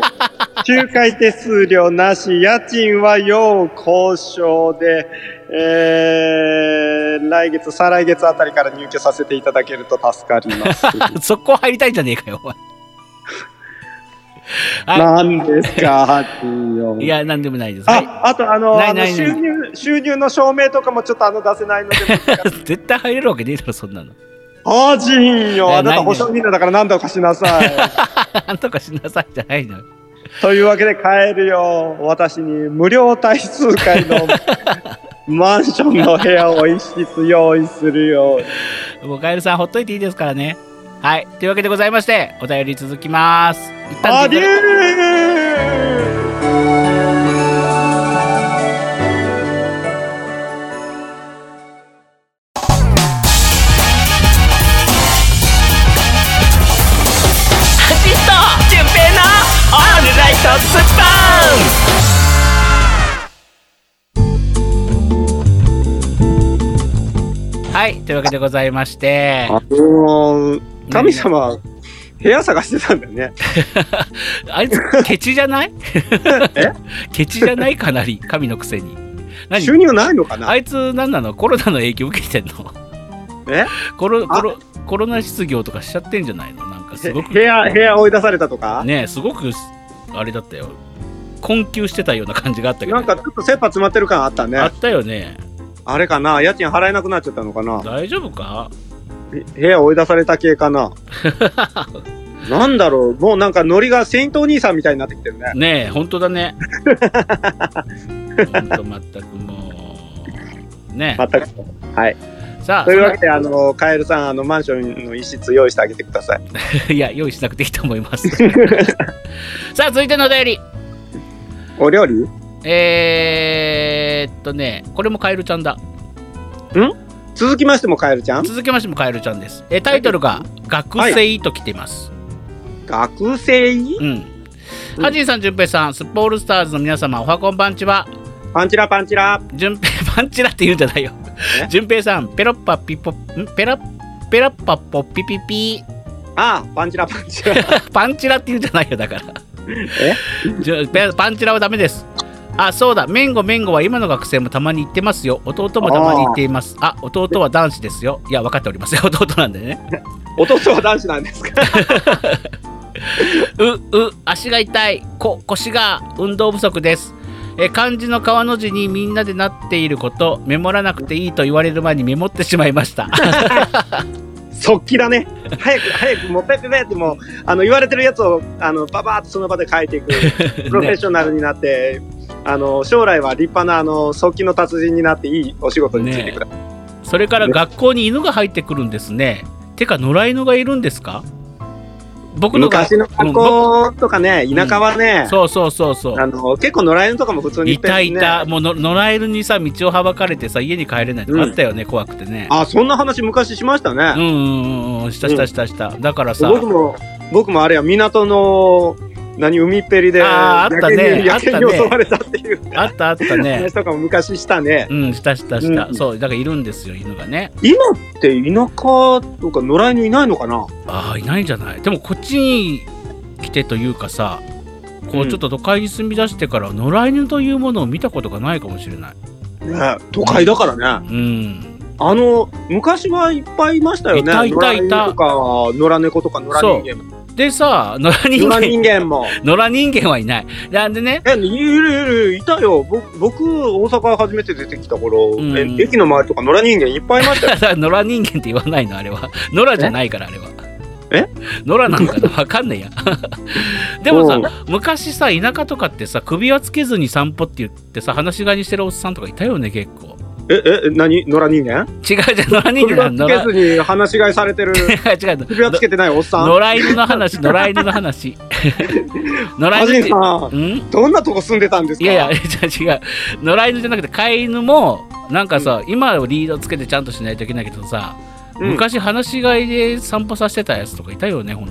S2: で、仲介手数料なし、家賃は要交渉で、えー来月、再来月あたりから入居させていただけると助か
S1: (laughs)
S2: ります。
S1: そこ入りたいんじゃねえかよ、お前。は
S2: 何ですか、ハッピーよ
S1: い、いや、なんでもないです。はい、 (laughs)
S2: あ、あとあの、
S1: ない
S2: あの
S1: ないない
S2: 収入、収入の証明とかもちょっとあの出せ
S1: (laughs)
S2: ないので、
S1: 絶対入れるわけねえだろ、そんなの。
S2: 破人
S1: い
S2: よ、
S1: や
S2: あな
S1: ない
S2: た
S1: ね
S2: 保証人だから何とかしなさい。
S1: (laughs) なんとかしなさいじゃないのよ。
S2: というわけで帰るよ私に無料対数
S1: (laughs)
S2: 回のマンションの部屋を一室用意するよ
S1: もうカエルさんほっといていいですからね。はい。というわけでございまして、お便り続きます。一旦
S2: ア
S1: 続
S2: デ
S1: け
S2: ュ
S1: て
S2: ー
S1: はい。というわけでございまして、
S2: あのー神様部屋探してたんだよね
S1: あいつケチじゃない
S2: (laughs) え
S1: (laughs) ケチじゃないかなり、神のくせに。何
S2: 収入ないのかな
S1: あいつ何なのコロナの影響受けてんの
S2: え
S1: コロコロコロナ失業とかしちゃってんじゃないのなんかす
S2: へ
S1: ごく
S2: 部屋部屋追い出されたとか、
S1: ねえすごくあれだったよ困窮してたような感じがあったけど
S2: なんかちょっと切羽詰まってる感あったね
S1: あったよね
S2: あれかな家賃払えなくなっちゃったのかな
S1: 大丈夫か
S2: へ部屋追い出された系か (laughs) ななんだろうもうなんかノリがセイントお兄さんみたいになってきてるね。
S1: ねえ、本当だ
S2: (laughs)
S1: ね。本当全くもう。ね
S2: 全く。はい。
S1: え。さあ、
S2: というわけで、あの、カエルさん、あの、マンションの一室用意してあげてください。
S1: いや、用意しなく (laughs) ていいと思い
S2: (laughs)
S1: ます。さあ、続いてのお便り。
S2: お料理
S1: えー、っとね、これもカエルちゃんだ。
S2: 続きましてもカエルちゃん
S1: 続きましてもカエルちゃんです。えタイトルが、学生と来ています。
S2: 学生
S1: うん。ハジンさん、じゅんぺいさん、スッポールスターズの皆様、おはこんばんちは。
S2: パンチラパンチラ
S1: じゅんぺ (laughs) い、パンチラって言うんじゃないよ
S2: え。
S1: じゅんぺいさん、ペロッパピポ、んペラペラッパポピピピ
S2: ああ、パンチラパンチラ。 (laughs)
S1: パンチラって言うんじゃないよだから
S2: え
S1: じゅペパンチラはダメですあそうだメンゴメンゴは今の学生もたまに言ってますよ弟もたまに言っていますあ弟は男子ですよいや分かっておりますよ (laughs) 弟なんでね
S2: 弟は男子なんですか
S1: うう足が痛いこ腰が運動不足ですえ漢字の川の字にみんなでなっていることメモらなくていいと言われる前にメモってしまいま
S2: (laughs)
S1: した
S2: 速記だね。早く早く、もうペペペってもう、あの、言われてるやつを、あの、ババーっとその場で書い
S1: (laughs)
S2: ていく。プロフェッショナルになって、あの、将来は立派な、あの、速記の達人になっていいお仕事についてください。
S1: それから学校に犬が入ってくるんですねてか野良犬がいるんですか僕のが
S2: 昔の学校とかね、田舎はね、
S1: そうそうそうそう
S2: あの結構野良犬とかも普通に
S1: い
S2: ってる
S1: た
S2: し
S1: い
S2: ね
S1: た、もうの野良犬にさ道をはばかれてさ家に帰れないとかあったよね、怖くてね
S2: あそんな話昔しました
S1: うん
S2: ね、
S1: うんうんうんしたしたしたした、だからさ
S2: 僕も僕もあれや港の何海っぺりで
S1: あーあったね
S2: 野犬に
S1: あったね
S2: 野犬に襲われたっていう
S1: あったあったね
S2: (laughs) 話とかも昔したね
S1: うんしたしたした、
S2: うん
S1: そうだからいるんですよ犬がね
S2: 今って田舎とか野良犬いないのかな
S1: ああいないんじゃないでもこっちに来てというかさこ
S2: う
S1: うんちょっと都会に住み出してから野良犬というものを見たことがないかもしれない
S2: ね都会だからね
S1: うん
S2: あの昔はいっぱいいましたよね
S1: いたいたいた
S2: 野良犬とか野良猫とか野良人間も
S1: でさ野良人
S2: 野
S1: 間
S2: 良人間
S1: (laughs)
S2: も
S1: 野良人間はいないなんでね (laughs)
S2: え、いるいるいたよ。ぼ僕、大阪初めて出てきた頃、
S1: うん
S2: え駅の周りとか野良人間いっぱいいましたよ。
S1: だから野良人間って言わないのあれは野良じゃないからあれは
S2: え
S1: 野良なんかなわかんないや (laughs) でも
S2: うん
S1: さ昔さ田舎とかってさ首輪つけずに散歩って言ってさ放し飼いにしてるおっさんとかいたよね結構
S2: え、え、何野良人間
S1: 違うじゃん野良 (laughs) 人
S2: 首
S1: 間
S2: 輪
S1: の
S2: つ
S1: 野
S2: けずに放し飼いされて
S1: (laughs)
S2: る、
S1: 良違う
S2: 首輪つけてないおっさん。
S1: 野良犬の
S2: (laughs)
S1: 話野良犬の話野
S2: ア
S1: 良
S2: ジ
S1: 犬っ
S2: ン
S1: て
S2: さん、
S1: うん
S2: どんなとこ住んでたんですか
S1: いやい (laughs) や、じゃあ違う。野良犬じゃなくて飼い犬も、なんかさ、今はリードつけてちゃんとしないといけないけどさ、
S2: うん
S1: 昔放し飼いで散歩させてたやつとかいたよね、本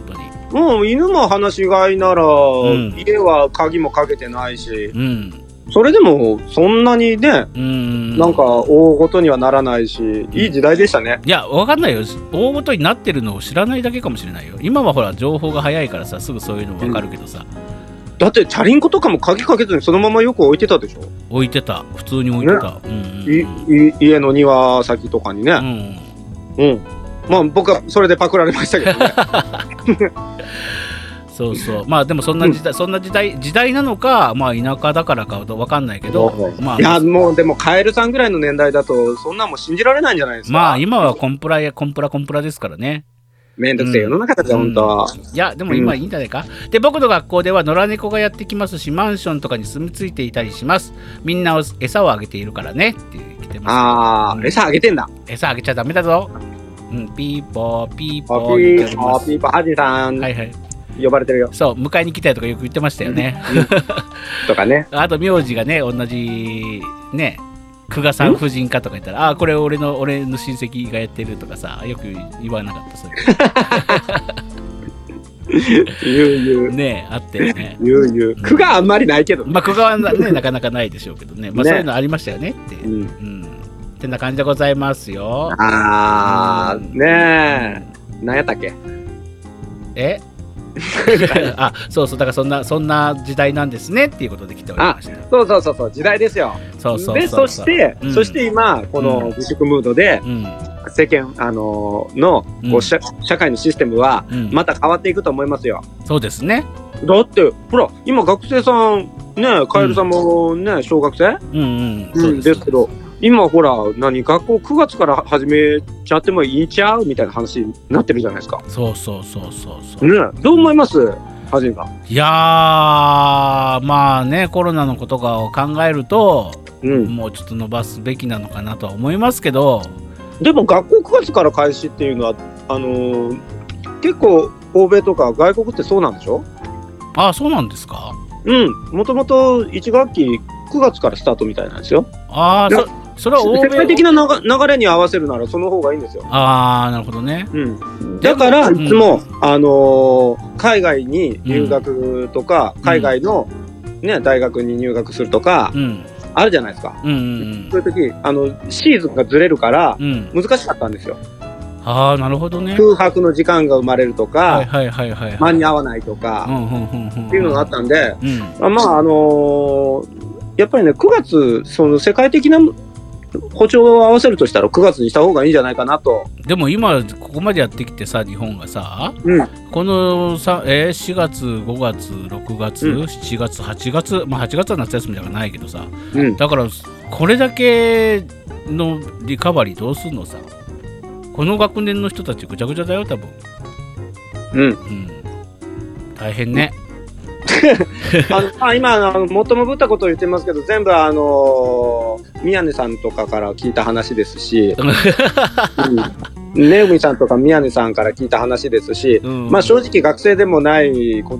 S1: 当に。
S2: もう犬も放し飼いなら、
S1: ん
S2: 家は鍵もかけてないし、
S1: うん。
S2: それでもそんなにね、
S1: うん。
S2: なんか大ごとにはならないし、いい時代でしたね。
S1: いや、わかんないよ。大ごとになってるのを知らないだけかもしれないよ。今はほら、情報が早いからさ、すぐそういうのわかるけどさ、
S2: だってチャリンコとかも鍵かけずにそのままよく置いてたでしょ、
S1: 置いてた。普通に置いてた。うんうん
S2: いい家の庭先とかにね。
S1: うん。うん。
S2: うん。まあ僕はそれでパクられましたけどね。
S1: そうそう。まあでもそんな時代、そんな時代、時代なのか、まあ田舎だからかわかんないけ (laughs) ど、まあ
S2: いやもうでもカエルさんぐらいの年代だとそんなんもう信じられないんじゃないですか。
S1: まあ今はコンプラやコンプラコンプラですからね。
S2: めんどくせえ世の中だぜ、
S1: うん
S2: ん、本
S1: いやでも今いいんじゃないか。で僕の学校では野良猫がやってきますしマンションとかに住み着いていたりします。みんなお餌をあげているからねって来て
S2: 当。
S1: ま
S2: あ
S1: う
S2: あ
S1: ん
S2: 餌あげてんだ。
S1: す。餌あげちゃダメだぞ。うんピーポーピー
S2: ピ
S1: ポー言って
S2: ー
S1: おり
S2: ポ
S1: ま
S2: ー
S1: す。
S2: ピーポーハジさん、
S1: はいはい。
S2: 呼ばれてるよ
S1: そう迎えに来たりとかよく言ってましたよね。
S2: とかね。
S1: あと名字がね同じね。久我さん婦人科とか言ったら、ああー、これ俺の、俺の親戚がやってるとかさ、よく言わなかった、
S2: (laughs)
S1: それ。
S2: ゆうゆう
S1: ねえ、あったよね。
S2: ゆうゆう。苦があんまりないけど。
S1: まあ、小川はね、なかなかないでしょうけどね。まあ、
S2: ね
S1: そういうのありましたよねって。
S2: う、
S1: うんん。ってな感じでございますよ。
S2: ああねえ何やったっけ。
S1: え (laughs) あ、そうそう、だからそんな、そんな時代なんですねっていうことで来ておりました。
S2: そうそうそうそう時代ですよ。
S1: そうそうそうう。
S2: でそして、
S1: うん
S2: そして今こ
S1: うん
S2: の自粛ムードで
S1: うん、
S2: 世間あのの
S1: うん
S2: こう社社会のシステムは
S1: うん、
S2: また変わっていくと思いますよ。
S1: そうですね。
S2: だって、ほら、今学生さん、ね、カエルさんもね、小学生、
S1: うんうん。
S2: うん、ですけど、今ほら、何、学校9月から始めちゃってもいいんちゃうみたいな話になってるじゃないですか。
S1: そうそうそうそうそう、
S2: ねえどう思いますはじめが。
S1: いやーまあねコロナのことかを考えると
S2: うん。
S1: もうちょっと伸ばすべきなのかなとは思いますけど
S2: でも学校9月から開始っていうのは、あのー結構欧米とか外国ってそうなんでしょ
S1: あそうなんですか
S2: うん。もともと1学期9月からスタートみたいなんですよ。
S1: ああそそれは欧
S2: 世
S1: 米
S2: 界的な流流れに合わせるならその方がいいんですよ。
S1: ああなるほどね
S2: うん、だからいつも、あのー海外に留学とか、海外の、ね、大学に入学するとか、
S1: うん
S2: あるじゃないですか。
S1: うんうん
S2: そういう時あのシーズンがずれるから
S1: うんうん
S2: 難しかったんですよ。
S1: ああなるほどね
S2: 空白の時間が生まれると
S1: はい
S2: か、
S1: はいはいはい
S2: 間に合わないとか、
S1: うんうんうんうん
S2: っていうのがあったんで、
S1: うん
S2: あまああのーやっぱりね9月その世界的な歩調を合わせるとしたら9月にした方がいいんじゃないかなと。
S1: でも今ここまでやってきてさ日本がさ
S2: うん
S1: このさ、えー4月5月6月、
S2: うん
S1: 7月8月まあ8月は夏休みだからないけどさ
S2: うん
S1: だからこれだけのリカバリーどうすんのさこの学年の人たちぐちゃぐちゃだよ多分
S2: うん
S1: うん大変ね
S2: あの (laughs) あ今あの、もっともぶったことを言ってますけど、全部、あのー宮根さんとかから聞いた話で
S1: (laughs)
S2: すし、うん、ねうみさんとか宮根さんから聞いた話ですし、
S1: うん
S2: まあ、正直、学生でもないこ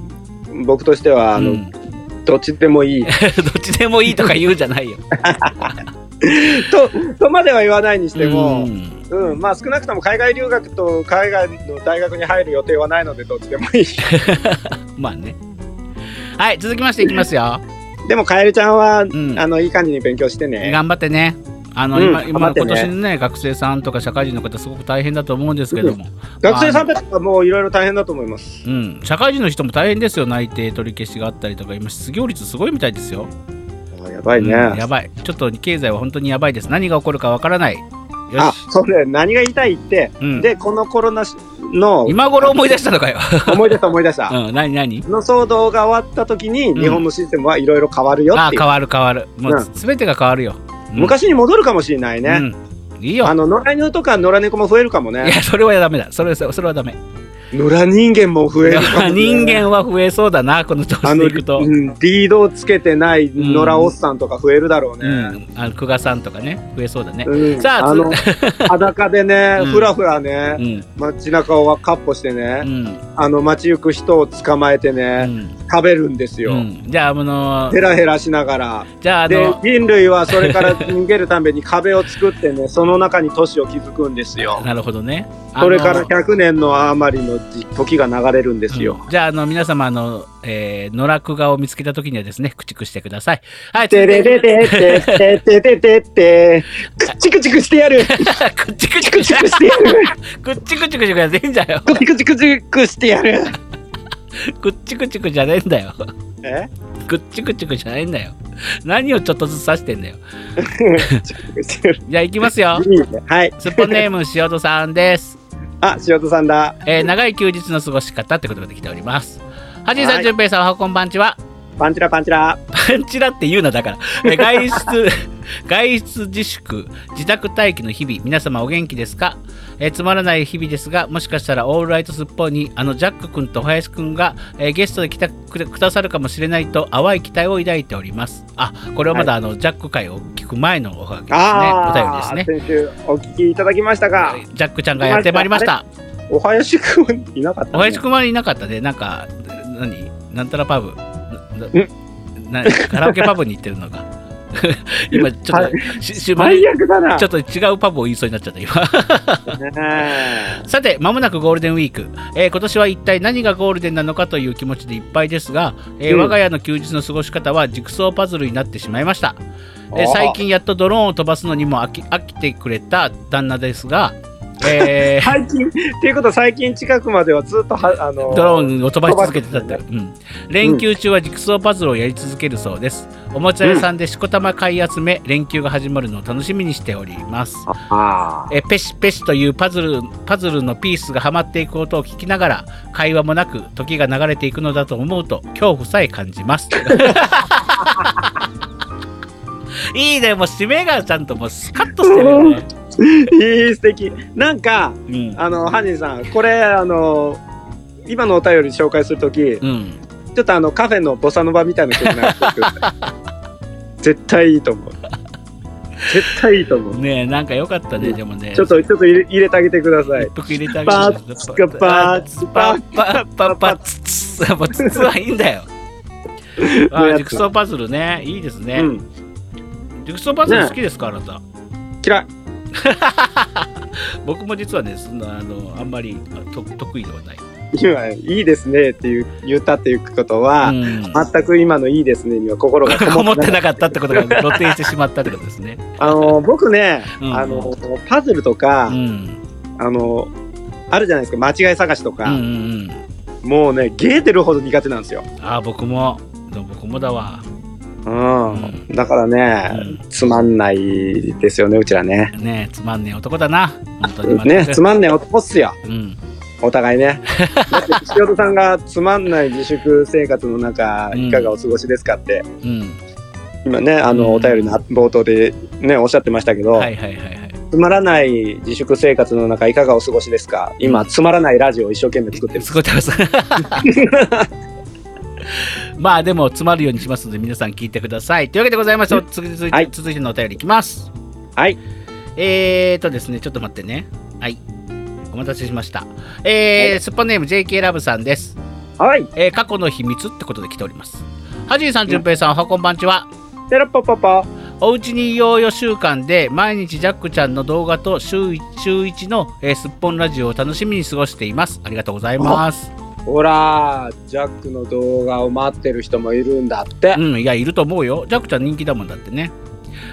S2: 僕としては、あの
S1: うん (laughs) ど
S2: どっちで
S1: (laughs)
S2: もいい
S1: っちでもいいとか言うんじゃないよ
S2: とと (laughs) までは言わないにしても、
S1: うん
S2: うんまあ、少なくとも海外留学と海外の大学に入る予定はないので、どっちでもいい。
S1: まあねはい続きましていきますよ、
S2: (laughs) でも、かえるちゃんは、
S1: うん、
S2: あのいい感じに勉強してね。
S1: 頑張ってね。あの、
S2: うん
S1: 今今今
S2: 頑張ってね
S1: 年のね学生さんとか社会人の方すごく大変だと思うんですけども、
S2: 学生さんたちはもういろいろ大変だと思います。
S1: うん、社会人の人も大変ですよ内定取り消しがあったりとか今失業率すごいみたいですよ、
S2: あやばいね。
S1: うんやばいちょっと経済は本当にやばいです何が起こるかわからないよ
S2: あ
S1: し、
S2: そうだよ。何が言いたいって、
S1: うん、
S2: で、このコロナしの、
S1: 今頃思い出したのかよ、
S2: 思い出した思い出した。
S1: うん、何何
S2: の騒動が終わった時に、
S1: ん
S2: 日本のシステムはいろいろ変わるよ
S1: あ
S2: っ
S1: あ
S2: ていう
S1: 変。わる変わるもう、
S2: うん
S1: 全てが変わるよ、うん
S2: 昔に戻るかもしれないね。、
S1: うん、いいよ
S2: あの、野良犬とか野良猫も増えるかも
S1: い
S2: ね。
S1: やそれはダメだそれそれはダメ
S2: 野良人間も増えるかも、ね。
S1: 人間は増えそうだなこの調
S2: あ
S1: 子で
S2: の、
S1: いくと
S2: うんリードをつけてない野良おっさんとか増えるだろ
S1: う
S2: うね。
S1: ん、あの久我さんとかね増えそうだね、
S2: うん
S1: さあ (laughs)
S2: あの裸でね、
S1: うん
S2: ふらふらね、
S1: うん
S2: 街中をかっ歩してね、
S1: うん
S2: あの街行く人を捕まえて
S1: う
S2: ね、
S1: ん
S2: 食べるんですよ。
S1: うんじゃああの
S2: ヘラヘラしながら。
S1: じゃああ
S2: で
S1: の
S2: 人類はそれから逃げるために (laughs) 壁を作ってねその中に都市を築くんですよ
S1: なるほどねあの
S2: それから100年の余りの時時が流れるんですよ、
S1: うんじゃああの皆様あの、えー、野良久我を見つけた時にはですね駆逐してくださいはい
S2: てれれれててててててくっちくちくしてやる
S1: 駆逐駆
S2: く
S1: 逐
S2: ち
S1: し
S2: くしてやる
S1: 駆逐駆逐じゃねえんだよ
S2: くちくちくちくしてやる
S1: (laughs) 駆逐駆逐じゃねえんだよ
S2: え
S1: 駆逐駆逐じゃねえんだよ何をちょっとずつ指してんだよ
S2: くちくちくしてやる
S1: じゃあ行きますよ
S2: いいねはい
S1: スッポンネーム塩戸さんです
S2: あ塩田さんだ
S1: えー長い休日の過ごし方ってことができております。はじいさ
S2: は
S1: ん、
S2: い
S1: じゅんぺいさん、おはこんばんちは。
S2: パンチラパンチラ
S1: パン (laughs) チラって言うな、だから。えー外出、 (laughs) 外出自粛、自宅待機の日々、皆様お元気ですか、えーつまらない日々ですが、もしかしたらオールライトスッポンに、あのジャック君と林君が、えーゲストで来たくれくださるかもしれないと、淡い期待を抱いております。あ、これはまだ、あのジャック会を聞く前のおはがきですね。お便り
S2: あ
S1: です
S2: あ、
S1: ね。
S2: 先週お聞きいただきましたが
S1: ジャックちゃんがやってまいりました。
S2: おはしくんいなかった、ね、
S1: おやじくんはいなかったで、なんか、何なんたらパブ。ななカラオケパブに行ってるのか。 (laughs) 今、ちょっ
S2: は
S1: と、ししまい
S2: 最悪だな
S1: ちょっと違うパブを言いそうになっちゃった、今。 (laughs)
S2: ねえ
S1: さて、まもなくゴールデンウィーク、えー今年は一体何がゴールデンなのかという気持ちでいっぱいですが、えー
S2: うん
S1: 我が家の休日の過ごし方はジグソーパズルになってしまいました、えー
S2: あー
S1: 最近やっとドローンを飛ばすのにも飽き飽きてくれた旦那ですが、えー
S2: 最近っていうことは最近近くまではずっとはあの
S1: ドローンを飛ばし続けてたって、うん、連休中はジグソーパズルをやり続けるそうですおもちゃ屋さんでしこたま買い集め、連休が始まるのを楽しみにしております
S2: ああ
S1: えペシペシというパズルパズルのピースがはまっていく音を聞きながら会話もなく時が流れてい
S2: (laughs)
S1: くのだと思うと恐怖さえ感じますいいね、もう締めがちゃんともうスカッとしてるよ
S2: (laughs)
S1: ね。
S2: えー、素敵なんか
S1: うん。
S2: あのハニーさんこれあの今のお便り紹介するとき
S1: うん。
S2: ちょっとあのカフェのボサノバみたいな曲流してくだ
S1: (laughs)
S2: さい絶対いいと思う絶対いいと思う
S1: ねえ、なんか良かったね、でもね。
S2: ちょっとちょっと入れ入れてあげてください
S1: 一服入れてあげ
S2: パ
S1: る
S2: ッツカパッツパ
S1: パ
S2: ッ
S1: ッパッパッパッツツやっぱツツはいいんだよ。あー
S2: やつ
S1: ジクソーパズルね、いいですね。
S2: うん
S1: ジクソーパズル好きですか、あなた。
S2: 嫌い
S1: 僕も実はね、そんなあのあんまりあと得意ではない。
S2: 今いいですねって言う言ったっていうことは、
S1: うん
S2: 全く今のいいですねには心がこ
S1: 思
S2: も
S1: っ
S2: って
S1: て
S2: な
S1: な
S2: い
S1: かったって (laughs) ことが露呈してしまったってことですね。
S2: あの僕ね、
S1: うん
S2: あのパズルとか、
S1: うん。
S2: あのあるじゃないですか間違い探しと
S1: うんう
S2: か、
S1: んうん。
S2: もうねゲー出るほど苦手なんですよ、
S1: ああ、僕も。でも僕もだわ。
S2: うん
S1: うん
S2: だから
S1: う
S2: ね、
S1: ん
S2: つまんないですよねうちらね
S1: ねえ、つまんねえ男だな。本当に全く。
S2: ねつまんない男っすよ
S1: うん。
S2: お互いねだって岸本さんがつまんない自粛生活の中
S1: うん
S2: いかがお過ごしですかって、
S1: うん。
S2: 今ねあ
S1: うん
S2: のお便りの冒頭でねおっしゃってましたけど、
S1: はいはいはいはい。
S2: つまらない自粛生活の中いかがお過ごしですか今つまらないラジオを一生懸命作ってる
S1: 作ってます。
S2: (laughs)
S1: まあでも詰まるようにしますので皆さん聞いてください。というわけでございましょう。続いて、
S2: はい
S1: 続いてのお便りいきます。
S2: はい。
S1: えーとですね、ちょっと待ってね。はい。お待たせしました。えー
S2: はい
S1: スッポンネーム JK ラブさんです。
S2: はい
S1: えー過去の秘密ってことで来ております。はじいさん、じゅんぺいさん、おはこんばんちは。
S2: テラッパパパ
S1: おうちにいようよ週間で毎日ジャックちゃんの動画と週一週一の、えーすっぽんラジオを楽しみに過ごしています。ありがとうございます。
S2: ほらジャックの動画を待ってる人もいるんだって
S1: (laughs) うん、いや、いると思うよ。ジャックちゃん人気だもんだってね。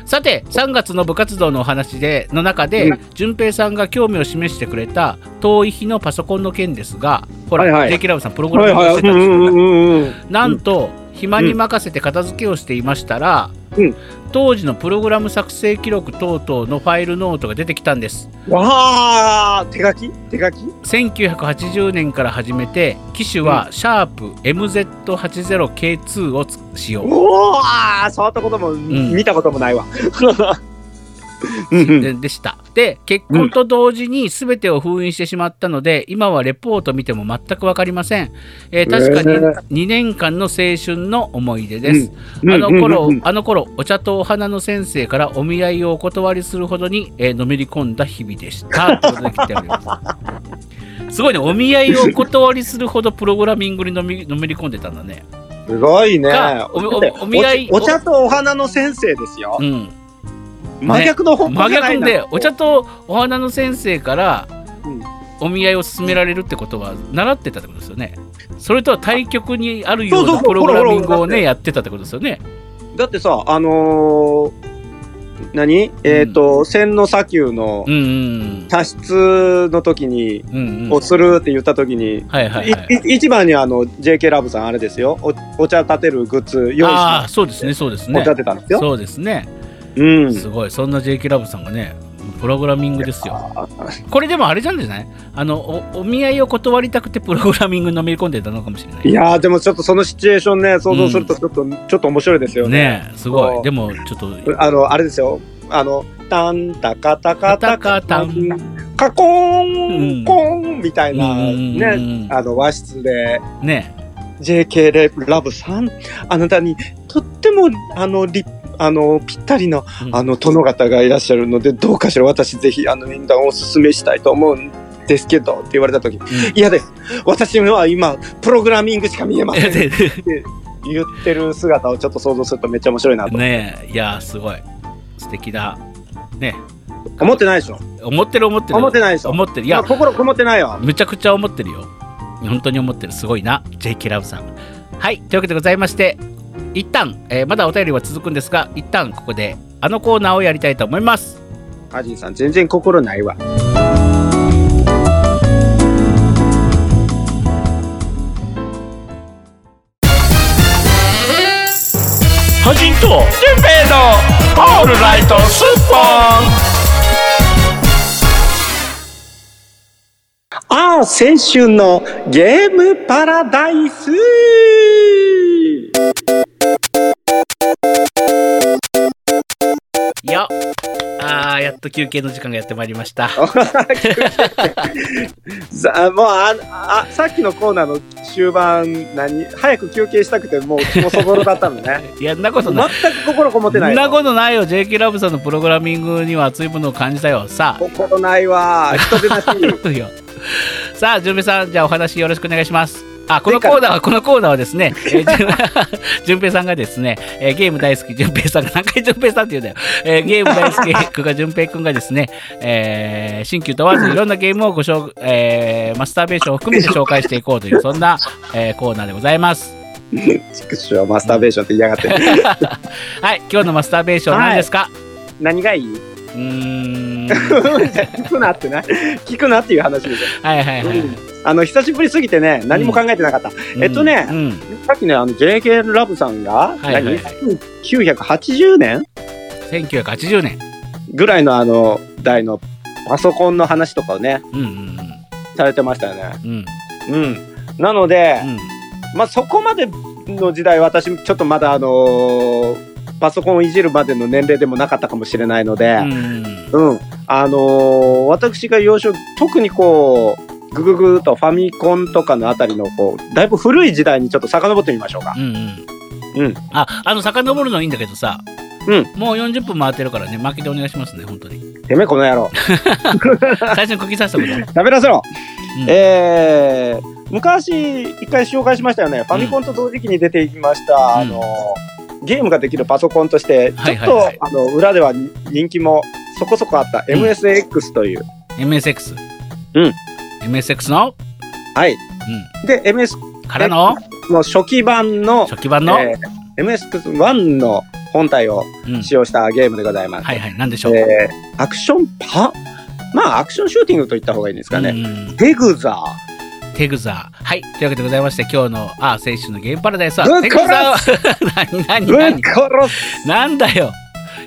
S1: さて、3月の部活動のお話での中
S2: う
S1: で
S2: ん、
S1: 淳、平さんが興味を示してくれた遠い日のパソコンの件ですが、ほら、
S2: はいはい
S1: ジェイキラブさん、プログ
S2: はい
S1: ラミング
S2: は
S1: し
S2: い
S1: て
S2: う
S1: た
S2: ん
S1: でしょ
S2: うんうんうん
S1: なんと、暇に任せて片付けをしていましたら、
S2: うん
S1: 当時のプログラム作成記録等々のファイルノートが出てきたんです。
S2: わあ手書き手書き
S1: 1980年から始めて機種はシャープ MZ80K2 をつ使用、
S2: おお触ったことも、見たこともないわうんうん
S1: で (laughs) でしたで結婚と同時に全てを封印してしまったので、今はレポート見ても全く分かりません、えー確かに
S2: えー
S1: 2年間の青春の思い出です、
S2: うん
S1: あの頃、
S2: うんうんうん
S1: あの頃お茶とお花の先生からお見合いをお断りするほどに、えーのめり込んだ日々でしたということで来ておりますすごいねお見合いをお断りするほどプログラミングにのめのめり込んでたんだね
S2: すごいね
S1: かおおお見合い
S2: おお茶とお花の先生ですよ
S1: うん
S2: 真逆の本
S1: 真逆でお茶
S2: と
S1: とお花の先生から
S2: うん
S1: お見合いを勧められるってことは習ってたってことですよねそれとは対極にあるよう
S2: そうそう
S1: な
S2: そう
S1: プログラミング
S2: ほら
S1: を
S2: ほらだっ
S1: ね
S2: て
S1: やってたってことですよね
S2: だってさあのー何えっ、と千の砂丘の
S1: うんうん
S2: 多出の時に、
S1: うんうん
S2: をするって言った時に、
S1: はいはい
S2: い
S1: はい
S2: い一番にあの JK ラブさんあれですよおお茶立てるグッズ用意
S1: ああ
S2: し
S1: そうですねそうです
S2: てお
S1: ね
S2: 茶立てたんですよ、
S1: そうですね
S2: うん、
S1: すごいそんな JK ラブさんがねプログラミングですよこれでもあれじゃんじゃないあのおお見合いを断りたくてプログラミングにのめり込んでたのかもしれない
S2: いやーでもちょっとそのシチュエーションね想像するとちょっと、ちょっと面白いですよね
S1: ねえすご
S2: そ
S1: いうでもちょっと
S2: あのあれですよあのタンタカタカタカタンカコ
S1: う
S2: ー
S1: ん
S2: ンコーンみたいな
S1: うん
S2: ねあの和室で
S1: ね
S2: JK レラブさんあなたにとってもあのりあのぴったりの
S1: うん
S2: あの殿方がいらっしゃるのでどうかしら私ぜひあの縁談をおすすめしたいと思うんですけどって言われた時「嫌です私は今プログラミングしか見えません」って言ってる姿をちょっと想像するとめっちゃ面白いなと
S1: ねえいやーすごい素敵だね
S2: 思ってないでしょ
S1: 思ってる思ってる
S2: 思ってないでしょ
S1: 思ってるい
S2: いや
S1: や
S2: 心こもってないわ
S1: むちゃくちゃ思ってるよ本当に思ってるすごいな JK ラブさんはいというわけでございまして一旦、えーまだお便りは続くんですが一旦ここであのコーナーをやりたいと思います
S2: アジンさん全然心ないわ
S1: ハジンとジンベイのオールライトスッポ
S2: ああ先週のゲームパラダイス
S1: っと休憩の時間がやってまいりました。
S2: さもうああさっきのコーナーの終盤何早く休憩したくてもう気もそぼろだったの
S1: (laughs)
S2: ね
S1: いや、んなこと
S2: 全
S1: ない。
S2: く心こもって
S1: そ
S2: ない
S1: んな
S2: よ
S1: ことないよ。JK ラブさんのプログラミングには熱いものを感じたよ。さ
S2: 心ないわ人手な
S1: (laughs)
S2: し
S1: あ、そうよ。さあ、じゅんぺいさん、じゃあお話よろしくお願いします。あ、このコーナーは、このコーナーはですね、えー、じゅん (laughs) ぺいさんがですね、えーゲーム大好きじゅんぺいさんが、何回じゅんぺいさんって言うんだよ。えーゲーム大好き久我じゅんぺいくんがですね、えー新旧問わずいろんなゲームをご紹介、えーマスターベーションを含めて紹介していこうという、そんな、えーコーナーでございます。
S2: ちくしょうマスターベーションって言いやがって
S1: はい、今日のマスターベーション何ですか、
S2: 何がいいう
S1: ーん。
S2: 聞くなってな聞くなっていう話でしょ
S1: はいはいはい。
S2: あの久しぶりすぎてね何も考えてなかった、えっとね
S1: うんうん
S2: さっきねあの JK ラブさんが、
S1: はいはい
S2: 何1980年
S1: 1980年。
S2: ぐらいのあの代のパソコンの話とかをね
S1: うん
S2: されてましたよね
S1: うんうん。うん
S2: うんなので、
S1: うん。
S2: まあそこまでの時代私ちょっとまだあのーパソコンをいじるまでの年齢でもなかったかもしれないので、
S1: うん
S2: うんあのー私が幼少特にこうグググーとファミコンとかのあたりのこうだいぶ古い時代にちょっと遡ってみましょうか。
S1: うんうん。
S2: うん
S1: あ、あの、遡るのいいんだけどさ、
S2: うん
S1: もう40分回ってるからね、巻きでお願いしますね、本当
S2: (laughs)
S1: に。
S2: てめえこの野郎
S1: 最初に釘刺したことある。
S2: 食べらせろ、
S1: うん
S2: えー昔一回紹介しましたよねファミコンと同時期に出てきました、あのーゲームができるパソコンとしてちょっ
S1: はい
S2: と、
S1: はいはい
S2: あの裏では人気もそこそこあった
S1: うん
S2: MSX という、
S1: MSX。
S2: うん。
S1: MSX の、
S2: はいで MS
S1: うん。からの、
S2: の初期版の
S1: 初期版の、
S2: えー MSX1 の本体を
S1: うん。
S2: 使用したゲームでございます、
S1: はいはい、なんでしょう。
S2: えーアクションパまあアクションシューティングといった方がいいんですかね、
S1: うん
S2: ペグザ
S1: テグザー。はい。というわけでございまして、今日の、あ、青春のゲームパラダイス
S2: ぶ
S1: は、
S2: っ
S1: テグ
S2: 殺
S1: ザー。 (laughs) 何、
S2: ー
S1: 何、
S2: ぶっ
S1: 何
S2: 殺。す
S1: なんだよ。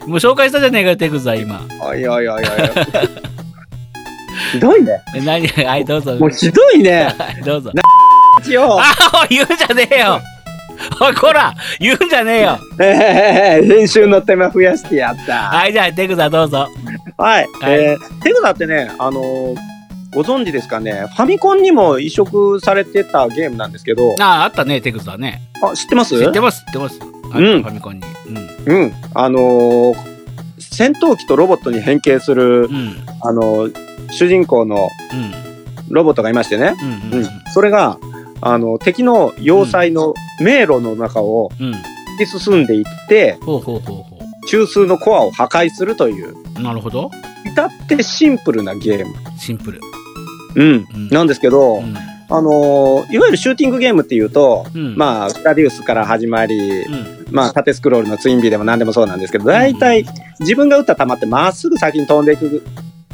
S1: もう紹介したじゃねえかよ、テグザー、今。
S2: おいおいおいおいおい (laughs) ひどいね
S1: え何、 (laughs) はい、どうぞ。
S2: もうひどいね
S1: はいどうぞ。
S2: よ
S1: あおい (laughs) 言うんじゃねえよおいこら言うんじゃねえよ
S2: えー練習の手間増やしてやった
S1: はいじゃあテグザどうぞ
S2: はい、
S1: はい
S2: えーペグザってねあのーご存知ですかねファミコンにも移植されてたゲームなんですけど
S1: あああったねテグザね
S2: あ知ってます
S1: 知ってます知ってますあの
S2: うん
S1: ファミコンに
S2: うん、あのー戦闘機とロボットに変形する
S1: うん、うん
S2: あのー主人公の
S1: うん
S2: ロボットがいましてね、
S1: うんう
S2: うんん、それがあの敵の要塞の迷路の中を
S1: うん
S2: 突き進んでいって
S1: ほうほうほうほ
S2: 中枢のコアを破壊するという
S1: うなるほど
S2: 至ってシンプルなゲーム、
S1: シンプル
S2: うん、
S1: うん
S2: なんですけど、
S1: うん
S2: あのーいわゆるシューティングゲームっていうと、
S1: うん
S2: まあグラディウスから始まり、
S1: うん
S2: まあ、縦スクロールのツインビーでも何でもそうなんですけど大体自分が撃った球ってまっすぐ先に飛んでいく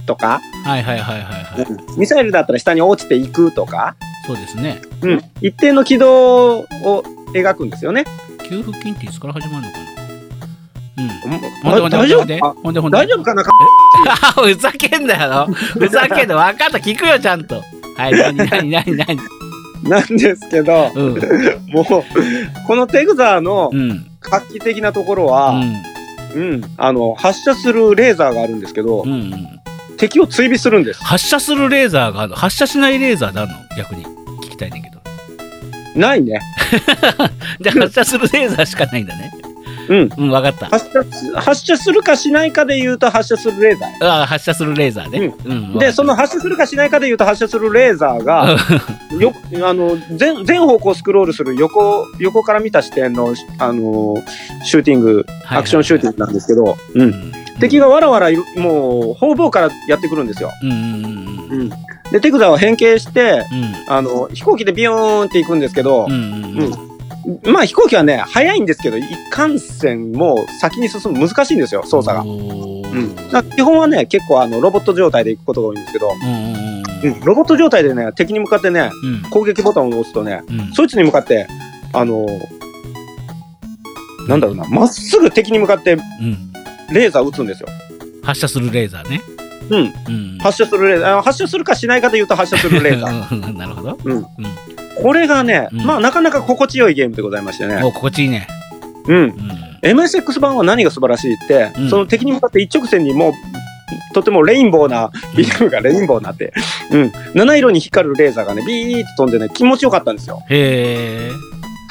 S2: とか、
S1: はいはいはいはいはい
S2: ミサイルだったら下に落ちていくとか、
S1: そうですね
S2: うん、一定の軌道を描くんですよね。
S1: 給付金っていつから始まるのかなうん
S2: ま
S1: ほんで
S2: 大丈
S1: ほ
S2: 夫
S1: んで
S2: か
S1: ほんでほんでほんで
S2: 大丈夫かな
S1: あ (laughs) ふざけんなよふざけんな分かった聞くよちゃんとはい何何何何
S2: (laughs) なんですけど、
S1: うん
S2: もう、このテグザーの
S1: うん
S2: 画期的なところは、うん、あの、発射するレーザーがあるんですけど、
S1: うんうんうん
S2: 敵を追尾するんです。
S1: 発射するレーザーがあるの発射しないレーザーだの逆に聞きたいねんだけど
S2: ないね。
S1: じゃあ発射するレーザーしかないんだね
S2: うん。
S1: うん分かった
S2: 発射す、発射するかしないかで言うと発射するレーザー
S1: ああ発射するレーザーね、うんわかっ
S2: や。
S1: た
S2: で、その発射するかしないかで言うと発射するレーザー
S1: う
S2: が、
S1: ん
S2: よあの全、全方向スクロールする横、横から見た視点の、あの、シューティング、アクションシューティングなんですけど、う。
S1: うんん
S2: 敵がわらわらい、もう、方々からやってくるんですよ。
S1: うんうんうんうんうん
S2: うん、でテグザは変形してあの飛行機でビヨーンって行くんですけど
S1: う、んうんうん
S2: まあ飛行機はね速いんですけどいかんせんもう先に進む難しいんですよ操作が。
S1: おー
S2: うん、だから基本はね結構あのロボット状態で行くことが多いんですけど、
S1: うんうんうん
S2: うん、ロボット状態でね敵に向かってね
S1: うん
S2: 攻撃ボタンを押すとね
S1: うん
S2: そいつに向かってあのなんだろうなまっすぐ敵に向かって
S1: うん
S2: レーザー撃つんですよ。
S1: 発射するレーザーね
S2: うん、
S1: うん
S2: 発射するレーザーあ発射するかしないかで言うと発射するレー
S1: (laughs)
S2: ザー。
S1: ーなるほど
S2: これがね、
S1: うん
S2: まあなかなか心地よいゲームでございましてね。
S1: お心地いいね
S2: うん
S1: う。ん
S2: MSX 版は何が素晴らしいって、
S1: うん
S2: その敵に向かって一直線にもうとてもレインボーな、ビームがレインボーになって、うん、七色に光るレーザーがね、ビーッと飛んでね、気持ちよかったんですよ。
S1: へえ。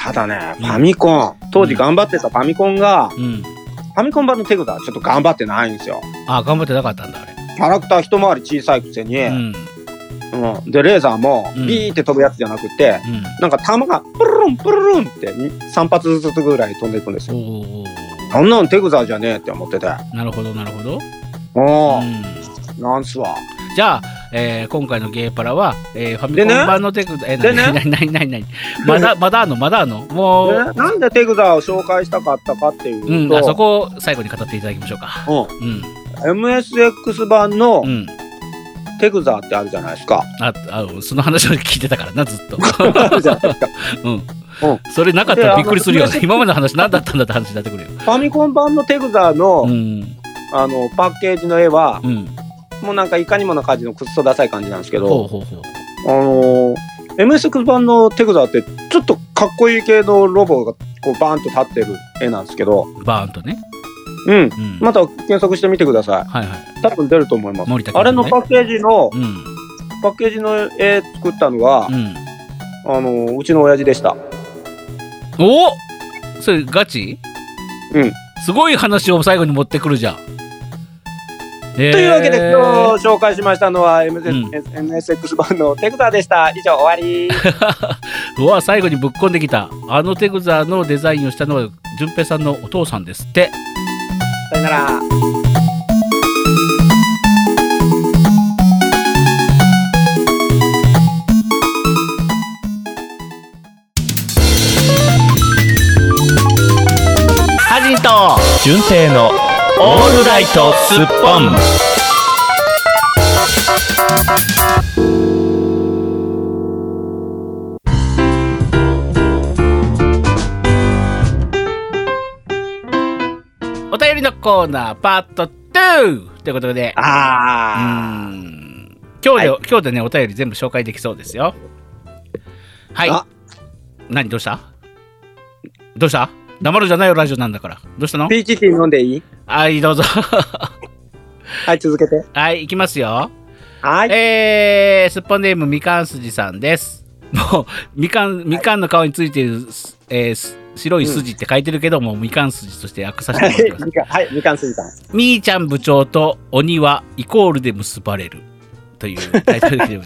S2: ただね、ファミコン、当時頑張ってたファミコンが、
S1: うん。
S2: ファミコン版のテグがちょっと頑張ってないんですよ。
S1: あ、頑張ってなかったんだ、あれ。
S2: キャラクター一回り小さいくせに、
S1: う。
S2: うんで、レーザーも
S1: うん
S2: ビーって飛ぶやつじゃなくて、なんか弾がプルルンプルルンって3発ずつぐらい飛んでいくんです
S1: うん。
S2: よ。
S1: おお。
S2: あんなのテグザーじゃねえって思ってて。
S1: なるほど、なるほど。
S2: お
S1: う
S2: ー、
S1: ん。
S2: なんすわ。
S1: じゃあ、えー今回のゲーパラは、えーファミコ
S2: で
S1: ン
S2: ね
S1: 版のテク、えー、
S2: でね
S1: なになになになにまだ、まだあんの、まだあんの。もう、
S2: ねなんでテグザーを紹介したかったかっていう
S1: うん、
S2: と、
S1: あそこを最後に語っていただきましょうか。
S2: う
S1: うん。
S2: ん、MSX 版の
S1: うん。
S2: テグザーってあるじゃないです
S1: (laughs)
S2: か。
S1: あ、あのその話を聞いてたからな、ずっと。
S2: あるじゃないですか。
S1: うん。
S2: うん
S1: それなかったらびっくりするよ
S2: であ
S1: ね。
S2: の
S1: 今までの話何だったんだって話になってくるよ。
S2: ファミコン版のテグザーの,、
S1: うん。
S2: あのパッケージの絵は、
S1: うん。
S2: もうなんかいかにもな感じのくっそダサい感じなんですけ
S1: ほう
S2: ど、
S1: ほうほう。
S2: あのー MSX 版のテグザーってちょっとかっこいい系のロボがこうバーンと立ってる絵なんですけど、
S1: バーンとね。
S2: うん、
S1: うん。
S2: また検索してみてくださ
S1: はいはい。
S2: い。多分出ると思います。
S1: 森田君、ね。
S2: あれのパッケージの、
S1: うん。
S2: パッケージの絵作ったのは、
S1: うん。
S2: あのーうちの親父でした。
S1: おそれガチ
S2: うん。
S1: すごい話を最後に持ってくるじゃん。と
S2: と
S1: い
S2: いうわけで今日紹介しましたのは MZ、
S1: うん
S2: MSX 版のテクザーでした。以上終わり。
S1: うわ最後にぶっこんできたあのテグザーのデザインをしたのは淳平さんのお父さんですって
S2: さよなら。
S1: ハジンと
S4: 純正のオールライトスッポン
S1: お便りのコーナーパート2ということでう
S2: あ
S1: ーん今日で、今日でねお便り全部紹介できそうですよはい
S2: あ
S1: 何どうしたどうした黙るじゃないよラジオなんだからどうしたの
S2: ー。ピーチティー飲んでいい
S1: はいどうぞ (laughs)
S2: はい、続けて。
S1: はい行きますよ
S2: はい。
S1: えー、すっぽんネームみかんすじさんです。もうみかんみかんの皮についてる、すえーす白い筋って書いてるけど、もうみかん筋として訳させてもらってます。
S2: みかんはい、みかんすぎさん。
S1: みーちゃん部長と鬼はイコールで結ばれるというタイトルで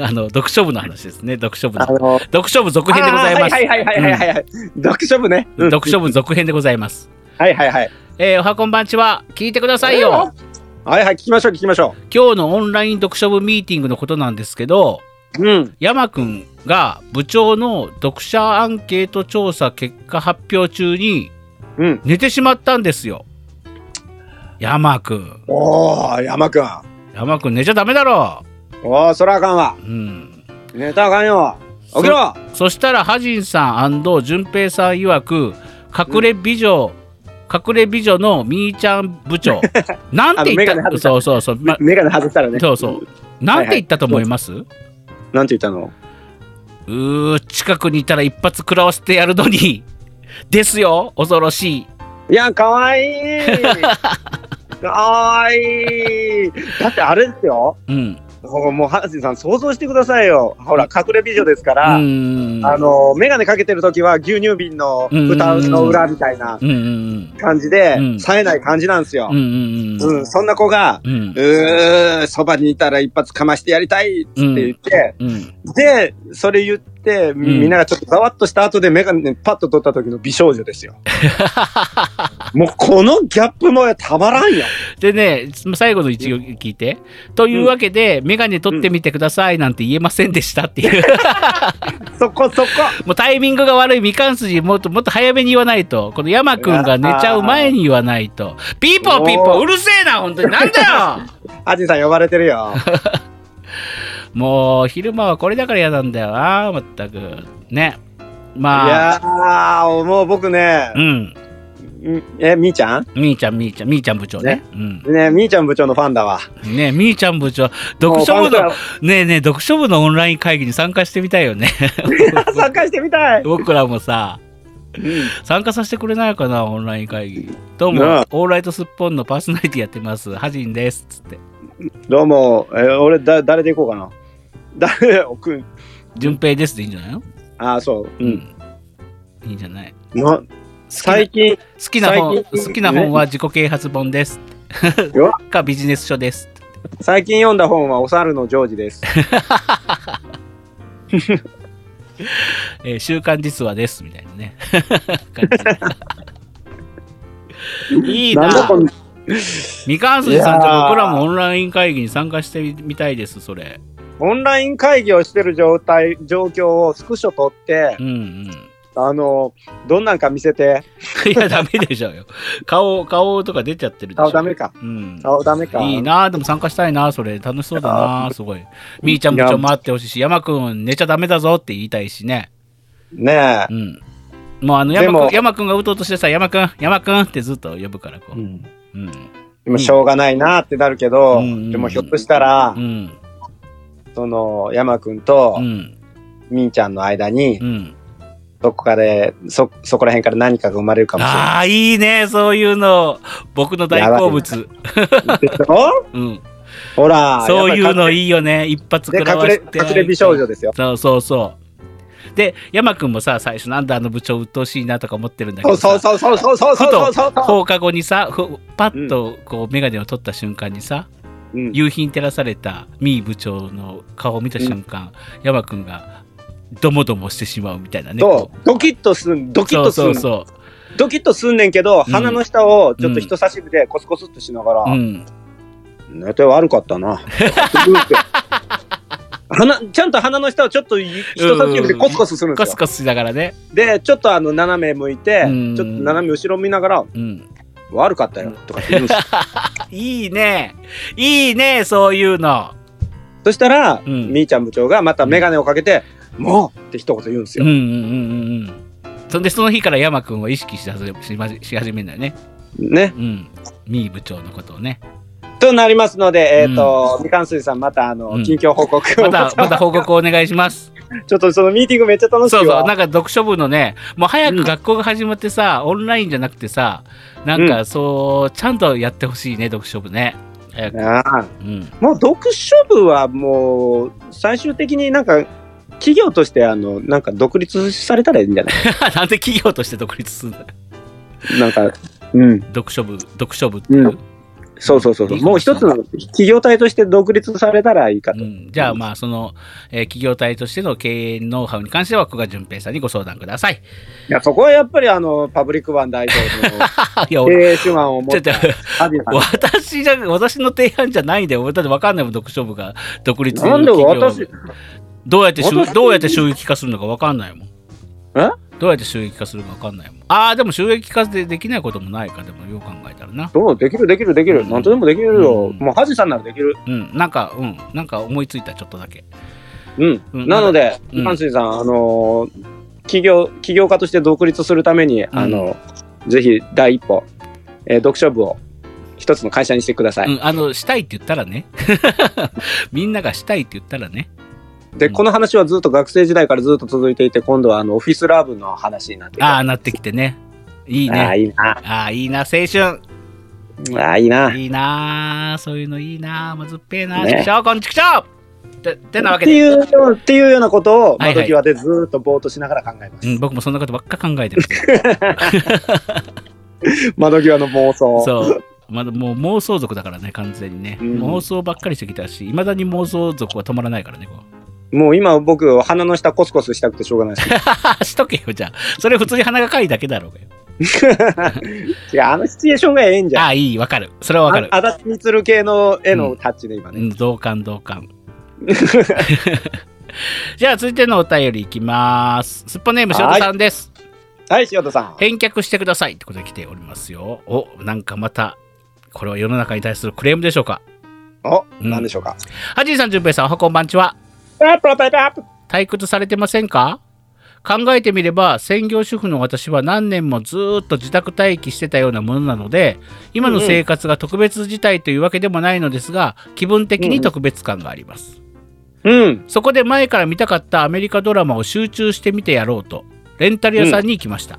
S1: あの読書部の話ですね読書部の
S2: あのー、
S1: 読書部続編でございます、
S2: あーはいはいはいはいはいはい。読書部ね。
S1: う
S2: うんん
S1: 読書部続編でございます、
S2: はいはいはい。
S1: えーおはこんばんちは聞いてくださいよ
S2: はいはい、聞きましょう聞きましょ
S1: 今日のオンライン読書部ミーティングのことなんですけど
S2: う。うん。
S1: 山くんが部長の読者アンケート調査結果発表中に
S2: うん。
S1: 寝てしまったんですよ。山くん、
S2: おー、山くん。
S1: 山くん寝ちゃダメだろ
S2: おー、そらあかんわ
S1: う。。うん。
S2: ネタあかんよ。起きろ
S1: そしたらハジンさん淳平さん曰く隠れ美女、隠れ美女のみーちゃん部
S2: (laughs)
S1: 長なんて言
S2: あの眼鏡
S1: った
S2: 外した
S1: そうそうそう、
S2: (laughs)
S1: ま
S2: メガネ外したらね。
S1: そうそう。なんて言ったと思います、
S2: なんて言ったの
S1: うー近くにいたら一発食らわせてやるのに (laughs) ですよ恐ろしい
S2: いや、かわいい。
S1: (laughs)
S2: かわいい。だってあれですよ。
S1: うん
S2: もう、もうハンさん、想像してくださいよ。ほら、隠れ美女ですから。
S1: うん
S2: あの眼鏡かけてる時は牛乳瓶の蓋の裏みたいな
S1: うんうん
S2: 感じで、
S1: うん
S2: 冴えない感じなんですよ
S1: うんう。ん
S2: うん、そんな子が、
S1: うん
S2: うー、そばにいたら一発かましてやりたいって言って、
S1: うん
S2: で、それ言って、みんながちょっとざわっとした後で眼鏡パッと取った時の美少
S1: (laughs)
S2: 女ですよ。もうこのギャップもたまらんよ。
S1: でね最後の一行聞いて「というわけで眼鏡取ってみてください」なんて言えませんでしたっていう
S2: そこそこ。
S1: もうタイミングが悪いみかん筋もっともっと早めに言わないとこの山くんが寝ちゃう前に言わないとピーポーピーポー
S2: おー
S1: うるせえな本当になんだよ (laughs)
S2: アジンさん呼ばれてるよ。
S1: もう昼間はこれだから嫌なんだよなまったくね
S2: い
S1: (laughs) まあ
S2: やー、もう僕ね
S1: う、ん
S2: うんえ、みーちゃん
S1: みーちゃんみーちゃんみーちゃん部長ね
S2: ね
S1: うん
S2: ね、みーちゃん部長のファンだわ。
S1: ねみーちゃん部長読書
S2: も
S1: 部
S2: うファンクラ
S1: の
S2: ブ
S1: ねえねえ読 (laughs)
S2: (laughs)
S1: 書部のオンライン会議に参加してみたいよね
S2: 参加してみたい。
S1: 僕らもさ参加させてくれないかなオンライン会議どうも
S2: なあ
S1: オールライトスッポンのパーソナリティやってますハジンですつって
S2: どうも、えー俺だ、誰で行こうかな。誰、 (laughs) おくん。
S1: 順平ですでいいんじゃないの
S2: ああ、そう。うん。
S1: いいんじゃない
S2: な最近、
S1: 好きな本
S2: 最近
S1: 好きな本は自己啓発本です
S2: うわ
S1: (laughs) かビジネス書です
S2: 最近読んだ本はお猿のジョージです。
S1: えー週刊実話ですみたいなね。 (laughs) 感
S2: (laughs)
S1: じでいい
S2: なんだ
S1: な
S2: こ。ん
S1: みかんすじさん
S2: い
S1: と
S2: やー
S1: 僕らもオンライン会議に参加してみたいです、それ。
S2: オンライン会議をしてる状態、状況をスクショ取って
S1: う、んうん。
S2: あの、どんなんか見せて、
S1: いや、ダメでしょうよ。顔、顔とか出ちゃってるでしょ。
S2: 顔ダメか。
S1: うん。
S2: 顔ダメか。
S1: いいなでも参加したいなそれ。楽しそうだなすごい。みーちゃんもちょ待ってほしいし、山くん寝ちゃダメだぞって言いたいしね。
S2: ね
S1: う
S2: え。
S1: ん。もうあの
S2: で
S1: 山
S2: も
S1: くん、山くんがうとうとしてさ、山くん、山くんってずっと呼ぶから、こ
S2: う
S1: う。
S2: ん
S1: うん。
S2: でもしょうがないなってなるけど、
S1: うん
S2: でもひょっとしたら、
S1: うん。
S2: その山くんと
S1: うん。
S2: みんちゃんの間に、
S1: うん。
S2: どこかでそそこら辺から何かが生まれるかもしれない
S1: ああいいねそういうの僕の大好物。
S2: お
S1: うん
S2: ほら、
S1: そういうの
S2: やっ
S1: いいよね一発食
S2: ぱり
S1: らわ
S2: 隠
S1: せ
S2: れ
S1: て
S2: で隠れ隠れ美少女ですよ。
S1: そうそうそうで山くんもさ最初なんだあの部長鬱陶しいなとか思ってるんだけ
S2: そ
S1: どさ
S2: うそうそうそうそうそう
S1: ふ
S2: そうそう
S1: と
S2: そ
S1: 放課後にさふパッとこう眼鏡を取った瞬間にさ
S2: う。うん
S1: 夕日に照らされたミー部長の顔を見た瞬間山くんがドモドモしてしまうみたいなね
S2: そうドキッとすん、ドキッ
S1: そう
S2: とす
S1: そ
S2: ん
S1: う、そ
S2: ドキッとすんねんけど、
S1: うん
S2: 鼻の下をちょっと人差し指でコスコスっとしながら
S1: う、うん
S2: 寝て悪かったな。鼻ちゃんと鼻の下をちょっとい人差し指でコスコスするんで
S1: カス
S2: すよ。
S1: カスしながらね
S2: で、ちょっとあの斜め向いて、
S1: うん
S2: ちょっと斜め後ろ見ながら、
S1: うん
S2: 悪かったよとかって言うんですよ
S1: いいね。いいね、そういうの。
S2: そしたら、
S1: うん
S2: みーちゃん部長がまた眼鏡をかけて、もうって一言言うんです
S1: う
S2: よ
S1: ん。うんうんうんうん。そんで、その日から山くんを意識し始めしまし始めるんだよね。
S2: ね。
S1: うん。ミー部長のことをね。
S2: となりますので、え
S1: う
S2: っ、
S1: ん
S2: と、みかんすいさん、また、あの、
S1: うん
S2: 近況報告を。
S1: ま
S2: (laughs)
S1: た、また報告お願いします。
S2: ちょっとそのミーティングめっちゃ楽しい
S1: そう
S2: わ。
S1: そう、なん
S2: う
S1: か読書部のね、もう早く学校が始まってさ、オンラインじゃなくてさ、なんかそう、ちゃんとやってほしいね、読書部ね。早く。
S2: ああ
S1: うん。 (laughs)
S2: もう読書部はもう、最終的になんか、企業として、あの、なんか独立されたらいいんじゃない
S1: なんで企業として独立するんだ (laughs)
S2: なんか、うん。
S1: 読書部、読書部っていう。
S2: うんそうそうそうそう。もう一つの企業体として独立されたらいいかと。
S1: うん、じゃあまあその、えー企業体としての経営ノウハウに関しては古賀淳平さんにご相談ください。 (laughs)
S2: いや、そこはやっぱり、あの、パブリックワン代表
S1: (laughs) いや
S2: の
S1: 俺
S2: 経営手腕を持
S1: ちょ
S2: っ
S1: っと
S2: た、ハ
S1: (laughs)
S2: ビさん。
S1: 私じゃ私の提案じゃないんだよ。俺だって分かんないもん読書部が独立
S2: なんで
S1: 企
S2: 私
S1: 業、どうやって収
S2: 私
S1: どうやって収益化するのか分かんないもん。
S2: え
S1: どうやって収益化するか分かんないもん。ああでも収益化でできないこともないかでもよう考えたらな。
S2: どうできるできるでき
S1: う
S2: る。
S1: ん
S2: なんとでもできるよ
S1: う。ん
S2: もうハジさんならできる。
S1: うんなんかうんなんか思いついたちょっとだけ。
S2: うん。
S1: うん
S2: なので、
S1: うん
S2: 関水さん、あのー企業、企業家として独立するために、あのぜひ第一歩、えー読書部を一つの会社にしてください。
S1: うんあのしたいって言ったらね。 (laughs) みんながしたいって言ったらね。
S2: で、
S1: うん
S2: この話はずっと学生時代からずっと続いていて、今度はあのオフィスラブの話になって
S1: ああなってきてね。い
S2: い
S1: い
S2: ああ、
S1: ね。
S2: いいな。
S1: ああいいな青春。
S2: ああ、いいな。
S1: いいなあそういうのいいなあまずっぺえなあ
S2: ね
S1: ちくしょうこんちくしょうててなわ
S2: って
S1: けで、
S2: (laughs) いうようなっていうようなことを
S1: はいはい
S2: 窓際でずっとぼーっとしながら考えます。
S1: うん、僕もそんなことばっか考えてる
S2: 窓際の妄想。
S1: そうまだもう妄想族だからね完全にね、
S2: うん
S1: 妄想ばっかりしてきたしいまだに妄想族は止まらないからねこ
S2: もう今僕鼻の下コスコスしたくてしょうがないです
S1: う (laughs) しとけよじゃあそれ普通に鼻がかいだけだろうがよ
S2: 違う、あのシチュエーションがええんじゃん。
S1: ああいいわかるそれはわかる
S2: あ足立みつる系の絵のタッチで今
S1: う
S2: ね。
S1: ん同感同感 (laughs) じゃあ続いてのお便りいきますすっぽネームしおとさんです
S2: はい、塩田さん。
S1: 返却してくださいってことで来ておりますよ。おなんかまた、これは世の中に対するクレームでしょうか。
S2: お、
S1: うん
S2: なんでしょうか。
S1: はじいさん、じゅんぺいさん、おはこんばんちは。
S2: パッパッパッパッ
S1: 退屈されてませんか考えてみれば専業主婦の私は何年もずーっと自宅待機してたようなものなので今の生活が特別事態というわけでもないのですが気分的に特別感があります。
S2: うん。
S1: そこで前から見たかったアメリカドラマを集中して見てやろうと、レンタル屋さんに行きました。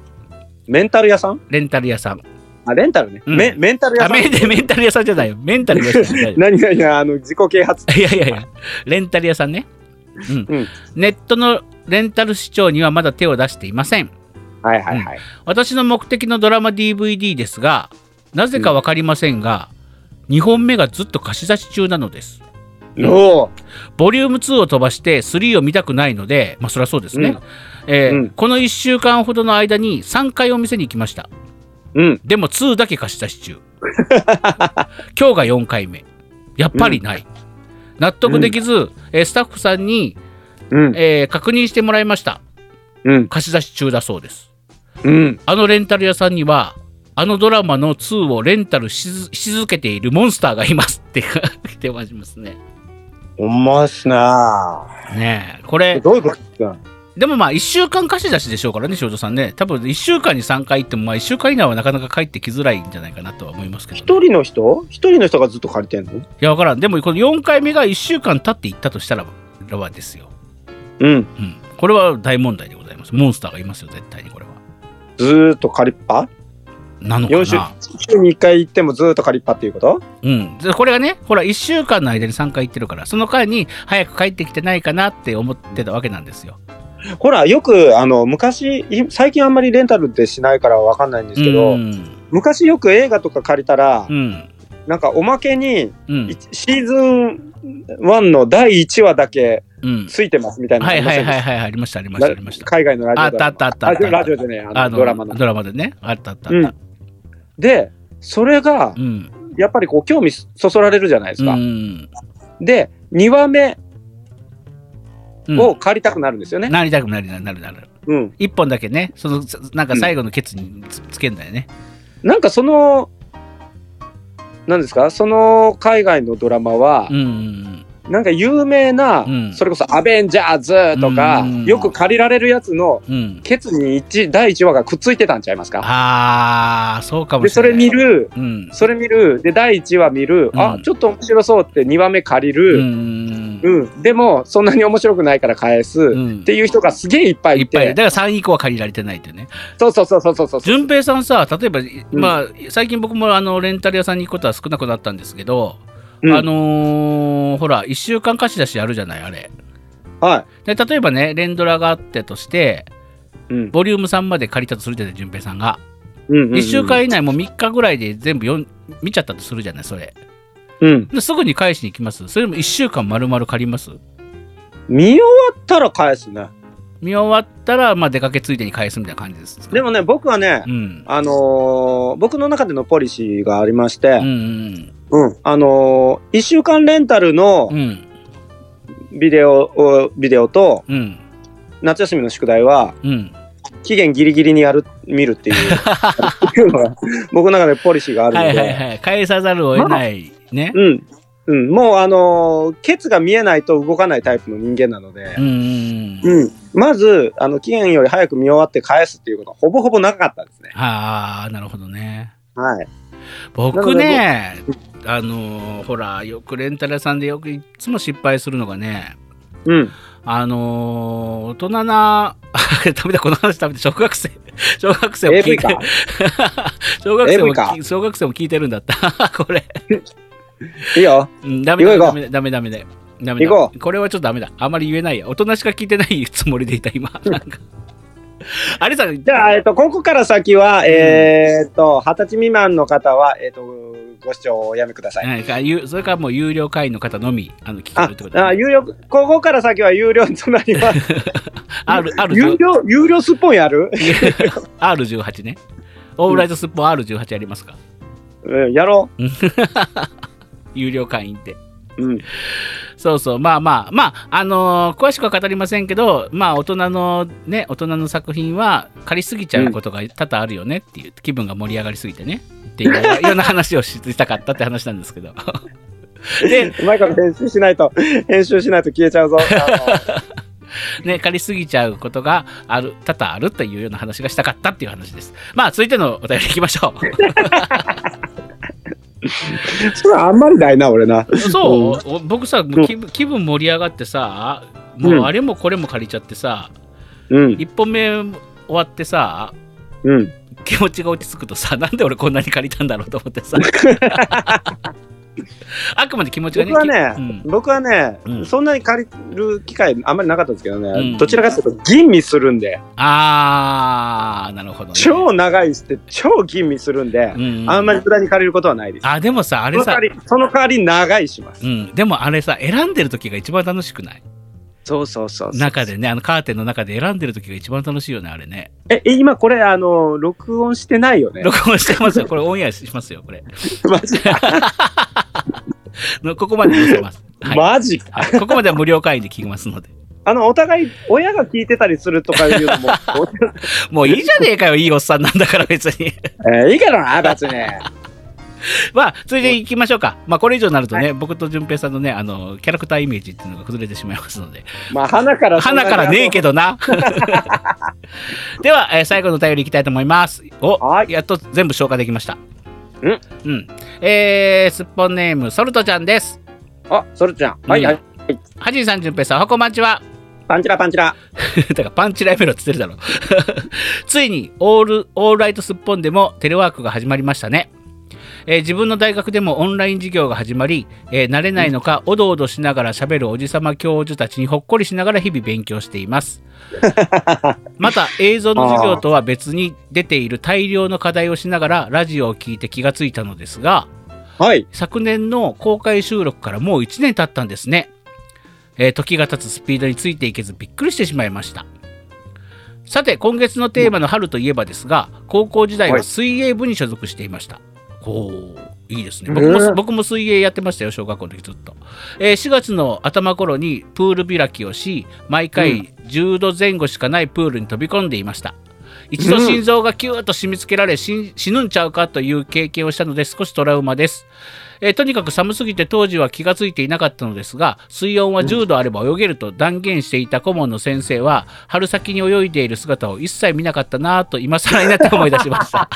S2: メンタル屋さん
S1: レンタル屋さん。
S2: あ、レンタルね。
S1: うん
S2: メメンタル屋
S1: あ
S2: さん。
S1: メンメンタル屋さんじゃないよ。メンタル屋さんじゃ
S2: (laughs)
S1: ないよ。
S2: 何何何あの、自己啓発。
S1: いやいやいや、レンタル屋さんね。うん。
S2: うん
S1: ネットのレンタル視聴にはまだ手を出していません。
S2: はいはいはい。
S1: 私の目的のドラマ DVD ですが、なぜかわかりませんが、2本目がずっと貸し出し中なのです。うん
S2: おー
S1: ボリューム2を飛ばして3を見たくないので、まあそりゃそうですね。
S2: うん
S1: えー
S2: うん
S1: この1週間ほどの間に3回お店に行きました。
S2: うん。
S1: でも2だけ貸し出し
S2: (laughs)
S1: 中。今日が4回目。やっぱりない。納得できず、えースタッフさんに、
S2: うん。
S1: えー確認してもらいました。
S2: うん。
S1: 貸し出し中だそうです。
S2: うん。
S1: あのレンタル屋さんには、あのドラマの2をレンタルしずし続けているモンスターがいますって (laughs) 来てますね。
S2: ほんまっすな
S1: ねえ、これ
S2: ー。、どういうことですか
S1: でもまあ1週間貸し出しでしょうからね、少女さんね。多分1週間に3回行っても、まあ1週間以内はなかなか帰ってきづらいんじゃないかなとは思いますけど、ね。
S2: 一人の人一人の人がずっと借りてんの
S1: いや、わからん。でもこの4回目が1週間経って行ったとしたららばですよ。
S2: うん。
S1: うん。これは大問題でございます。モンスターがいますよ、絶対にこれは。
S2: ずーっと借りっぱ
S1: なのか
S2: 四週
S1: な。
S2: 週に一回行ってもずーっと借りっぱっていうこと
S1: うん。でこれがね、ほら、1週間の間に3回行ってるから、その間に早く帰ってきてないかなって思ってたわけなんですよ。
S2: ほら、よく、あの、昔、い最近あんまりレンタルってしないからわかんないんですけど、
S1: うん。
S2: 昔よく映画とか借りたら
S1: う、ん。
S2: なんかおまけに、
S1: うん
S2: い。シーズン1の第1話だけ
S1: うん。
S2: ついてますみたいなの
S1: は
S2: あ
S1: い
S2: りま
S1: は
S2: せ
S1: い
S2: んで
S1: はい
S2: し。
S1: はい。ありました、ありましたた、ありました。
S2: 海外のラジオ
S1: あったあったあったあった
S2: あラジオじゃねえあ
S1: あ
S2: の
S1: の
S2: ドラマの
S1: ドラマでね。あったあったあ
S2: う
S1: った
S2: ん。でそれが
S1: うん。
S2: やっぱりこう興味そそられるじゃないですか、
S1: うん。
S2: で2話目
S1: うん
S2: を借りたくなるんですよね、
S1: なりたくなるなるなるなる。
S2: うん
S1: 一本だけね、その、なんか最後のケツにつつけんだよね。
S2: なんかそのなんですかその海外のドラマは
S1: う、ん。
S2: なんか有名な、
S1: うん
S2: それこそ「アベンジャーズ」とか、
S1: うん
S2: よく借りられるやつの
S1: うん。
S2: ケツに一第1話がくっついてたんちゃいますか
S1: ああ、そうかも
S2: で
S1: し
S2: そ
S1: れ
S2: れ
S1: ない。
S2: 見。る
S1: うん。
S2: それ見るで第1話見る、
S1: うん
S2: あちょっと面白そうって2話目借り
S1: う
S2: る、
S1: ん。
S2: うんでもそんなに面白くないから返す、
S1: う
S2: っ
S1: ん。
S2: ていう人がすげえいっぱ
S1: い
S2: い
S1: っ
S2: い
S1: ぱ
S2: て
S1: いだから3以降は借りられてないっていうね。
S2: そうそうそうそうそうそう
S1: 順平さんさ、例えば、まあ、最近僕もあのレンタル屋さんに行くことは少なくなったんですけど、
S2: うん
S1: あのーほら、1週間貸し出しあるじゃない、あれ。
S2: は
S1: で例えばね、レンドラがあってとして、
S2: い、うん
S1: ボリューム3まで借りたとするじゃない、淳平さんが。
S2: うんうんうん
S1: 1週間以内、もう3日ぐらいで全部よん見ちゃったとするじゃない、それ。
S2: うん
S1: ですぐに返しに行きます。それも1週間丸々借ります。
S2: 見終わったら返すね
S1: 見終わったら、まあ、出かけついでに返すみたいな感じです。
S2: でもね僕はね、
S1: うん。
S2: あのー僕の中でのポリシーがありまして、
S1: うんうん
S2: うんあのー、1週間レンタルの
S1: うん。うん。
S2: ビデオ,、ビデオと
S1: うん。
S2: 夏休みの宿題は
S1: うん。
S2: 期限ギリギリにやる見るっていう
S1: (laughs)
S2: っていうのが僕の中でポリシーがある
S1: は
S2: の
S1: い
S2: で、
S1: はいはい。返さざるを得ない。ね。
S2: うん、うん、もうあのーケツが見えないと動かないタイプの人間なので
S1: う、ん。
S2: うんまずあの期限より早く見終わって返すっていうことはほぼほぼなかったですね。
S1: ああ、なるほどね。
S2: はい、
S1: 僕ね、あのーほら、よくレンタル屋さんでよくいつも失敗するのがね、
S2: うん、
S1: あのー大人な、 (laughs) 食べたこの話食べて、小学生、 (laughs) 小学生も聞
S2: AV
S1: いて
S2: か、
S1: 小学生も
S2: AV か
S1: 聞、小学生も聞いてるんだった。 (laughs) これ、
S2: いいよ
S1: うんダメだ、
S2: 行こう
S1: ダメだ、ダメだ、ダメだ。ダメだ
S2: 行こ
S1: これはちょっとダメだ。あまり言えないや。大人しか聞いてないつもりでいた、今。なんか (laughs) あれさ、
S2: じゃあ、えっと、ここから先は、えーっと、二十歳未満の方は、えっと、ご視聴をおやめください。
S1: はいかゆそれからもう有料会員の方のみあの聞け
S2: あ
S1: るってこと、
S2: あ、
S1: ね、
S2: 有料、ここから先は有料となり
S1: (laughs)
S2: ます。
S1: R- R-
S2: 有料、有料すっぽんやる
S1: (laughs) R18 ね。オールライトスッポン R18 やりますか、
S2: うん、やろ
S1: 有料会員って。
S2: う。うん。
S1: そうそう、まあまあ、まあ、あのー詳しくは語りませんけど、まあ、大人のね、大人の作品は借りすぎちゃうことが多々あるよねっていう、気分が盛り上がりすぎてね。っていう、いろんな話をしたかったって話なんですけど。 (laughs) で、
S2: うまいこと編集しないと、編集しないと消えちゃう
S1: (laughs)
S2: ぞ。あ
S1: ね、借りすぎちゃうことがある、多々あるというような話がしたかったっていう話です。まあ、続いてのお便りいきましょう。
S2: のそれあんまりないな、俺な。
S1: そう、お僕さもう気分気分盛り上がってさもううんあれもこれも借りちゃってさ、
S2: うん。
S1: 一1本目終わってさ
S2: うん。
S1: 気持ちが落ち着くとさ (laughs) なんで俺こんなに借りたんだろうと思
S2: (laughs)
S1: ってさあくまで気持ちがね
S2: 僕はね
S1: うん、
S2: 僕はね、
S1: うん
S2: そんなに借りる機会あんまりなかったんですけどね、
S1: うん
S2: どちらかというと吟味するんで、
S1: あーなるほど、ね、
S2: 超長いして超吟味するんで
S1: う、ん、
S2: あんまり無駄に借りることはないです。
S1: あでもさあ
S2: そ
S1: れ
S2: の代
S1: さ
S2: わり、その代わり長いします。
S1: うん、でもあれさ選んでる時が一番楽しくない
S2: そうそうそうそう。
S1: 中でねあのカーテンの中で選んでる時が一番楽しいよねあれね
S2: え、え今これ、あの、録音してないよね。
S1: (laughs) 録音してますよこれオンエアしますよこれ
S2: マジか。
S1: の (laughs) ここまで載せます、はい
S2: マジか。
S1: はいここまでは無料会員で聞きますので
S2: あの、お互い、親が聞いてたりするとかいうのも、
S1: もういいじゃねえかよいいおっさんなんだから別に
S2: (laughs)
S1: (laughs)
S2: えーいいからな、別に。
S1: まあそれでいきましょうかまあこれ以上になるとね、僕と淳平さんのねあのキャラクターイメージっていうのが崩れてしまいますので
S2: まあ、花からそんな
S1: 花からねえけどな (laughs) では、えー最後のお便りいきたいと思いますお
S2: はい
S1: やっと全部消化できました
S2: うん
S1: うんえー、すっぽんネームソルトちゃんです
S2: あ、それちゃん。はい、
S1: うん
S2: はい。
S1: はじいさん、じゅんぺいさん、おはこんばんちは。
S2: パンチラパンチ
S1: (laughs)
S2: ラ。
S1: だからパンチライベロって言ってるだろ。 (laughs) ついに、オール、オールライトすっぽんでもテレワークが始まりましたね。えー自分の大学でもオンライン授業が始まり、えー慣れないのか、おどおどしながら喋るおじさま教授たちにほっこりしながら日々勉強しています。また、映像の授業とは別に出ている大量の課題をしながらラジオを聞いて気がついたのですが、
S2: はい。
S1: 昨年の公開収録からもう1年経ったんですね、えー時が経つスピードについていけずびっくりしてしまいましたさて今月のテーマの春といえばですが高校時代は水泳部に所属していました、ほういいですね僕も,、
S2: えー
S1: 僕も水泳やってましたよ小学校の時ずっと、えー4月の頭頃にプール開きをし毎回10度前後しかないプールに飛び込んでいました一度心臓がキューッと締め付けられ死ん死ぬんちゃうかという経験をしたので少しトラウマですえーとにかく寒すぎて当時は気がついていなかったのですが水温は10度あれば泳げると断言していた顧問の先生は春先に泳いでいる姿を一切見なかったなぁと今更になって思い出しま
S2: (laughs)
S1: した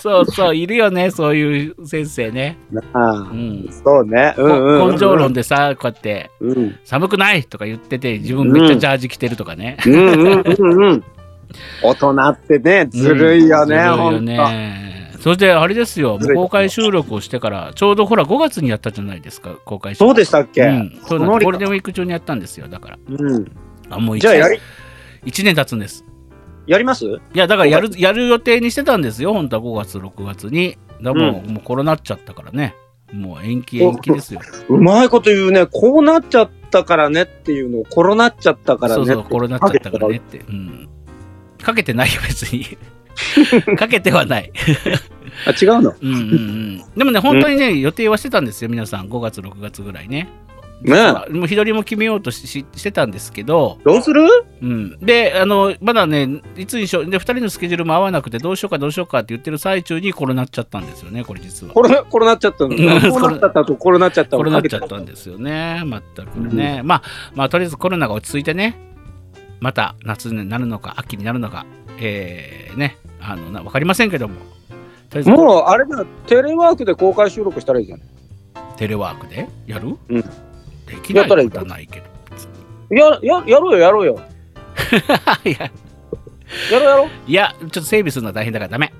S1: そうそういるよねそういう先生ね、
S2: あ
S1: う
S2: あ
S1: ん
S2: そうね。う
S1: こ
S2: んうんうん。
S1: 根性論でさこうやって
S2: うん。
S1: 「寒くない!」とか言ってて自分めっちゃジャージ着てるとかね、
S2: うんうんうんうん。大人ってね、ずるいよね、
S1: うん
S2: ほ
S1: ずる
S2: ん
S1: い
S2: と。
S1: よねそしてあれですよ
S2: ずるい
S1: 公開収録をしてからちょうどほら5月にやったじゃないですか公開収録
S2: そうでしたっけ
S1: うん、そうなん
S2: その
S1: です
S2: 折
S1: ゴールデンウィーク中にやったんですよだから
S2: うん。
S1: あもう
S2: じゃあやり、
S1: 1年経つんです
S2: やります
S1: いやだからやるやる予定にしてたんですよ本当は5月6月にだからもう,、もうコロナっちゃったからねもう延期延期ですよ
S2: うまいこと言うね、こうなっちゃったからねっていうのを、コロナっちゃったからね
S1: そ
S2: っ
S1: う
S2: て。
S1: そうコロナっちゃったからねって、うん、かけてないよ別
S2: (laughs)
S1: にかけてはない
S2: あ、違うの
S1: うんうんうんでもね本当にね予定はしてたんですよ皆さん5月6月ぐらいね
S2: ねえ
S1: もう日取りも決めようとしししてたんですけど、
S2: どうする
S1: うん、であのまだねいつにしようで2人のスケジュールも合わなくてどうしようかどうしようかって言ってる最中にコロナっちゃったんですよねこれ実は
S2: コロナ、コロナっちゃったの。
S1: うん
S2: こうなっちゃったと、コロナっちゃった
S1: コロナっちゃ
S2: か
S1: っ
S2: け
S1: たんですよね全くね、まあまあとりあえずコロナが落ち着いてねまた夏になるのか秋になるのかえー、ねあのな分かりませんけどもとりあえず
S2: もう、あれだよ、テレワークで公開収録したらいいじゃん。
S1: テレワークでやる、
S2: うん
S1: できない
S2: やったらいい
S1: ことはないけど
S2: や、や、やろうよ、やろうよ。
S1: (laughs) いや
S2: やろうやろう。
S1: いやちょっと整備するのは大変だからダメ、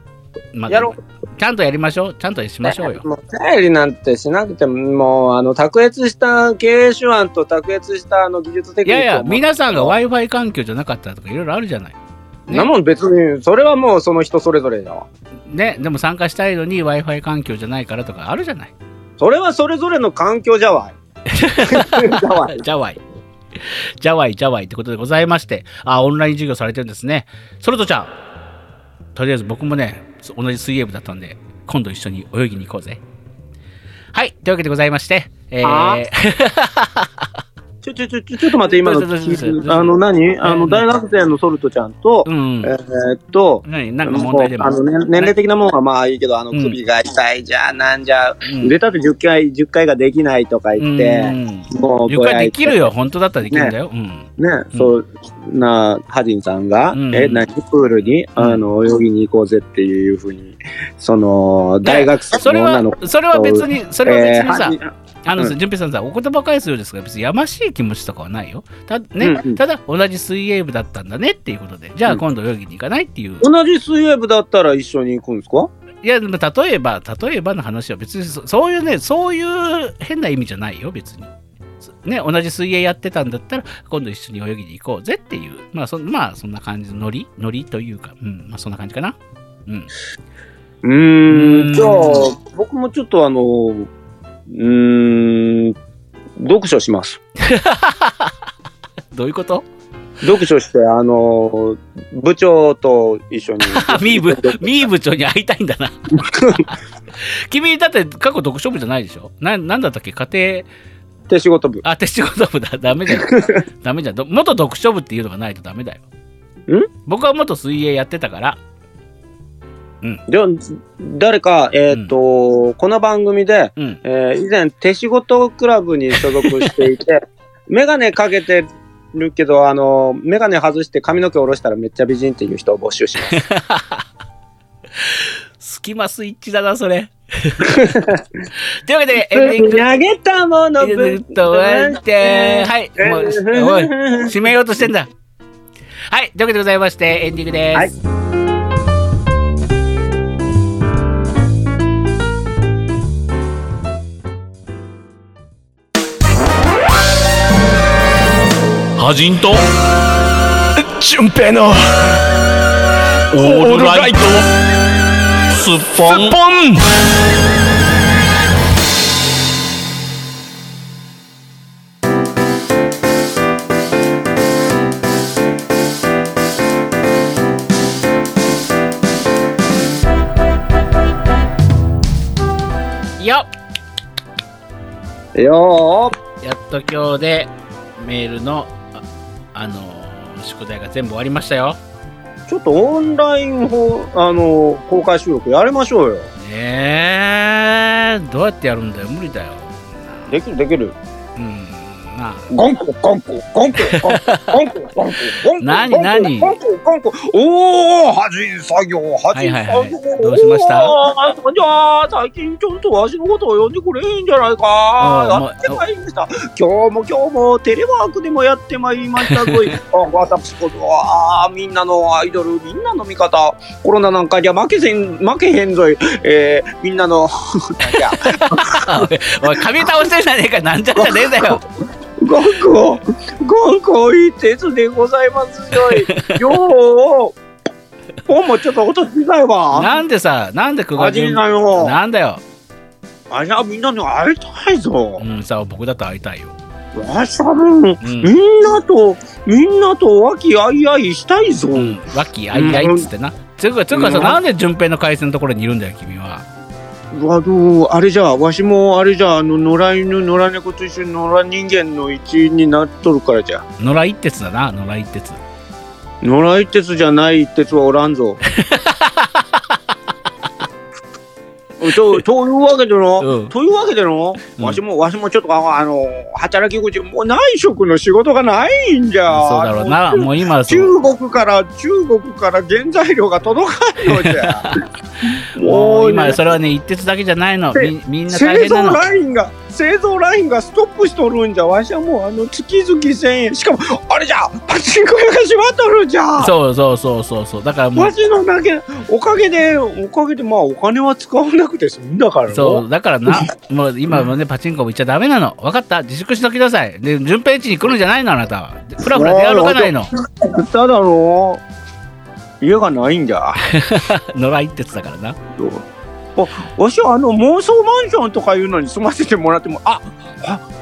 S1: まあ
S2: やろ
S1: ちゃんとやりましょうちゃんとしましょうよ、
S2: もう整理なんてしなくても、もう、あの、卓越した経営手腕と卓越したあの技術的
S1: いやいや、皆さんが
S2: わ
S1: Wi-Fi 環境じゃなかったとかいろいろあるじゃない。ね
S2: なもん別に、それはもうその人それぞれだわ。
S1: ね、でも参加したいのに Wi-Fi 環境じゃないからとかあるじゃない。
S2: それはそれぞれの環境じゃわい。じゃわい。
S1: ジャワイ。ジャワイ、ジャワイってことでございまして、あ、オンライン授業されてるんですね。ソルトちゃん、とりあえず僕もね、同じ水泳部だったんで、今度一緒に泳ぎに行こうぜ。はい、というわけでございまして、え
S2: あ
S1: ー、
S2: ちょ、ちょ、ちょ、ちょちょっと待って、今の
S1: どうぞどうぞどう
S2: 聞い
S1: ぞ
S2: て、あの何、あの、大学生のソルトちゃんと、
S1: うん
S2: え。ーっと、
S1: 何、なんか問題でも。
S2: あの、ね、年齢的なもんはまあいいけど、あの、
S1: うん
S2: 首が痛いじゃ、なんじゃ、
S1: うん
S2: 出たって10回、10回ができないとか言って、もう、
S1: 床できる
S2: よ。
S1: よ、本当だったらできるんだよ。うん。
S2: ね、そう、な、ハジンさんが、
S1: うん
S2: え、何、プールに、あの、泳ぎに行こうぜっていうふうに、その、大学生
S1: それ
S2: の女
S1: は
S2: の子、
S1: それは別に、それは別にさ、
S2: えーハ
S1: あの、
S2: うん
S1: 純平さんさお言葉返すようですが別にやましい気持ちとかはないよた,、ね
S2: うんうん
S1: ただ同じ水泳部だったんだねっていうことでじゃあ
S2: うん
S1: 今度泳ぎに行かないっていう、
S2: 同じ水泳部だったら一緒に行くんですか
S1: いやでも例えば例えばの話は別にそそういうねそういう変な意味じゃないよ別に。そね、同じ水泳やってたんだったら今度一緒に泳ぎに行こうぜっていうまあそ,、まあ、そんな感じのノリノリというか、うんまあ、そんな感じかな、うん、
S2: うー
S1: うん
S2: んじゃあ僕もちょっとあのうーん読書します
S1: どういうこと
S2: 読書してあの部長と
S1: (laughs)
S2: 一緒に
S1: ミーブミー部長に会いたいんだな (laughs) 君だって過去読書部じゃないでしょななんだったっけ家
S2: (laughs) 手仕事部
S1: 庭あ手仕事部だダメだよ (laughs) ダメじゃんど元読書部っていうのがないとダメだよ
S2: ん
S1: 僕は元水泳やってたから
S2: で誰かえっ、と、この番組で、
S1: うん
S2: えー以前手仕事クラブに所属して
S1: (laughs)
S2: いて眼鏡かけてるけどあの眼鏡外して髪の毛下ろしたらめっちゃ美人っていう人を募集します
S1: スキマスイッチだな、そ (laughs) れ。というわけで、エンディング。
S2: 投げたもの
S1: ずっと終わって、はい、もう、
S2: (laughs)
S1: おい、締めようとしてんだ。はい、というわけでございまして、エンディングです。
S2: はい
S4: はじんと純平のオールライトスッポン
S1: よ
S2: よ
S1: っ
S2: ー
S1: やっと今日で、メールの、ああのー宿題が全部終わりましたよ。
S2: ちょっとオンラインほうあの公開収録やりましょうよ
S1: ねえ、どうやってやるんだよ、無理だよ。
S2: できるできる
S1: うん、まあ、 (laughs)
S2: ゴンコゴンコゴンコゴンコゴンコゴンコゴンコ
S1: 何
S2: ゴンコ
S1: 何
S2: ゴンコゴンコおおはじん作業はじん
S1: はいはいはい
S2: 作業
S1: どうしました
S2: おーあそこじゃあ最近ちょっとわしのことを呼んでくれんじゃない
S1: あー
S2: かやってまいりました今日も今日もテレワークでもやってまいりましたぞいあ私こそあーみんなのアイドルみんなの味方コロナなんかじゃ負けせん負けへんぞいえーみんなのなんや
S1: おい、髪倒してるじゃねえか、なんちゃらじゃねえんだよ。
S2: ごんこ、ごんこいい鉄でございますよい。よう、本もちょっと音小さいわ。
S1: なんでさ、なんで久我
S2: 味
S1: 淳
S2: 見なよ。
S1: なんだよ。
S2: あれはみんなに会いたいぞ
S1: う。ん、さあ、僕だと会いたいよ。
S2: わしゃぶ
S1: うん
S2: ん、み。んなと、みんなと和気あいあいしたいぞ。
S1: うん、和気あいあいっつってな。つうか、つうかさ、
S2: うん
S1: なんで順平の回線のところにいるんだよ、君は。
S2: あの、あれじゃ、わしもあれじゃ、あの、野良犬、野良猫と一緒に野良人間の一員になっとるからじゃ。
S1: 野良一徹だな、野良一徹。
S2: 野良一徹じゃない一徹はおらんぞ。 (laughs) とというわけでの、
S1: うん
S2: というわけでの、
S1: うん
S2: わしも、わしもちょっとああの働き口もう内職の仕事がないんじゃ。
S1: そうだろうな、もう今はそう。
S2: 中国から中国から原材料が届かんのじ
S1: (laughs)
S2: ゃ。
S1: もう
S2: ね
S1: 今、それはね、一徹だけじゃないの。
S2: せ
S1: みみんな大変な
S2: 製造
S1: の。
S2: ラインが製造ラインがストップしとるんじゃわしはもうあの月々1000円しかもあれじゃパチンコ屋が閉まっとるんじゃ
S1: そうそうそうそうそう。だからも
S2: マ
S1: う、
S2: ジのだけおかげでおかげでまあお金は使わなくて済んだから
S1: そう、だからな、もう今もね、パチンコも行っちゃダメなの。わかった自粛しときなさい。で、順平一に来るんじゃないの、あなたは。ふらふら出歩かないの。
S2: 言っただろう家がないんじゃ
S1: 野良一徹だからな。
S2: おわしはあの妄想マンションとかいうのに住ませてもらってもあ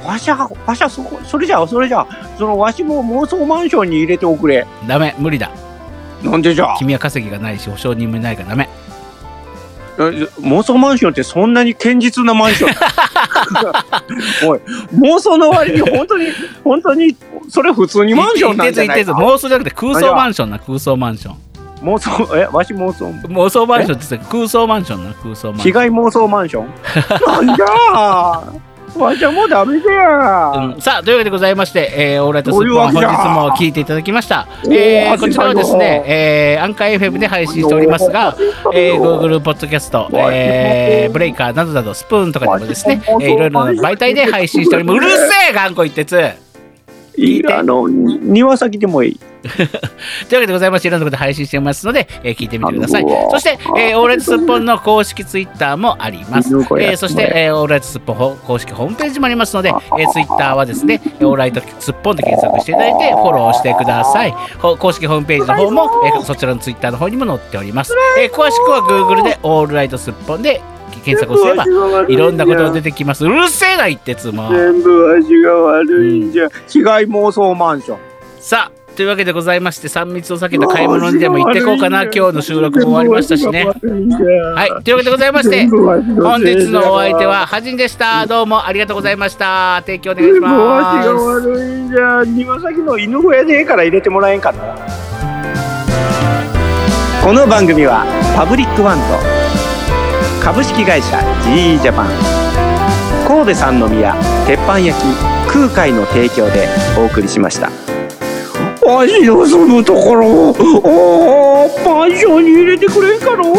S2: わわしゃわしゃそこそれじゃそれじゃそのわしも妄想マンションに入れておくれ
S1: ダメ、無理だ。
S2: なんでじゃ
S1: 君は稼ぎがないし、保証人もいないからダメ。
S2: え妄想マンションってそんなに堅実なマンションおい妄想の割に本当に本当にそれ普通にマンションなんじゃない
S1: 一徹一徹
S2: か
S1: 妄想じゃなくて空想マンションな、空想マンション。
S2: 妄想えわし妄想
S1: 妄想マンションって言ってたけど空想マンションな空想マンシ
S2: 被
S1: ョン
S2: 害妄想マンションなんじゃあわしゃもうダメじゃ
S1: うん、さあというわけでございまして、えー、オールライトス
S2: そう
S1: ッ
S2: いう
S1: ポ
S2: わ
S1: ン
S2: け
S1: 本
S2: だ
S1: 日も聞いていただきました、
S2: おー
S1: えー
S2: あ
S1: こちらはです
S2: 最
S1: ね
S2: 後、
S1: えー、アンカー FM で配信しておりますが、えー、Google ポッドキャスト、
S2: わ
S1: えー、ブレイカーなどなどスプーンとかでもですね、え
S2: わ
S1: ー、いろいろな媒体で配信しておりますうるせえ頑固一徹というわ
S2: いいあのに庭先でもいい
S1: けでございましていろんなところで配信しておりますので、えー、聞いてみてください
S2: なるほど
S1: そして、えー、オールライトスッポンの公式ツイッターもあります
S2: 犬小屋
S1: えーそして、えーオールライトスッポンほ公式ホームページもありますので、えー、ツイッターはですね、えーオールライトスッポンで検索していただいて、フォローしてください。ほ公式ホームページの方も、えーそちらのツイッターの方にも載っております。えー詳しくは Google でオールライトスッポンで検索をすれば、いろんなことが出てきます。うるせえな、一徹も。
S2: 全部わしが悪いんじゃ、被害妄想マンション
S1: さあ、というわけでございまして、3密を避けた買い物にでも行ってこうかな。今日の収録も終わりましたしね。
S2: は
S1: はい、というわけでございまして、本日のお相手ははじんでした。どうもありがとうございました。提供お願いし
S2: もうわしが
S1: ます。
S2: 悪いんじゃ庭先の犬小屋でええから入れてもらえんかな
S5: この番組はパブリックワンと株式会社 GE ジャパン神戸三宮鉄板焼き空海の提供でお送りしました。
S2: わしの住むところをおーマンションに入れてくれんかのう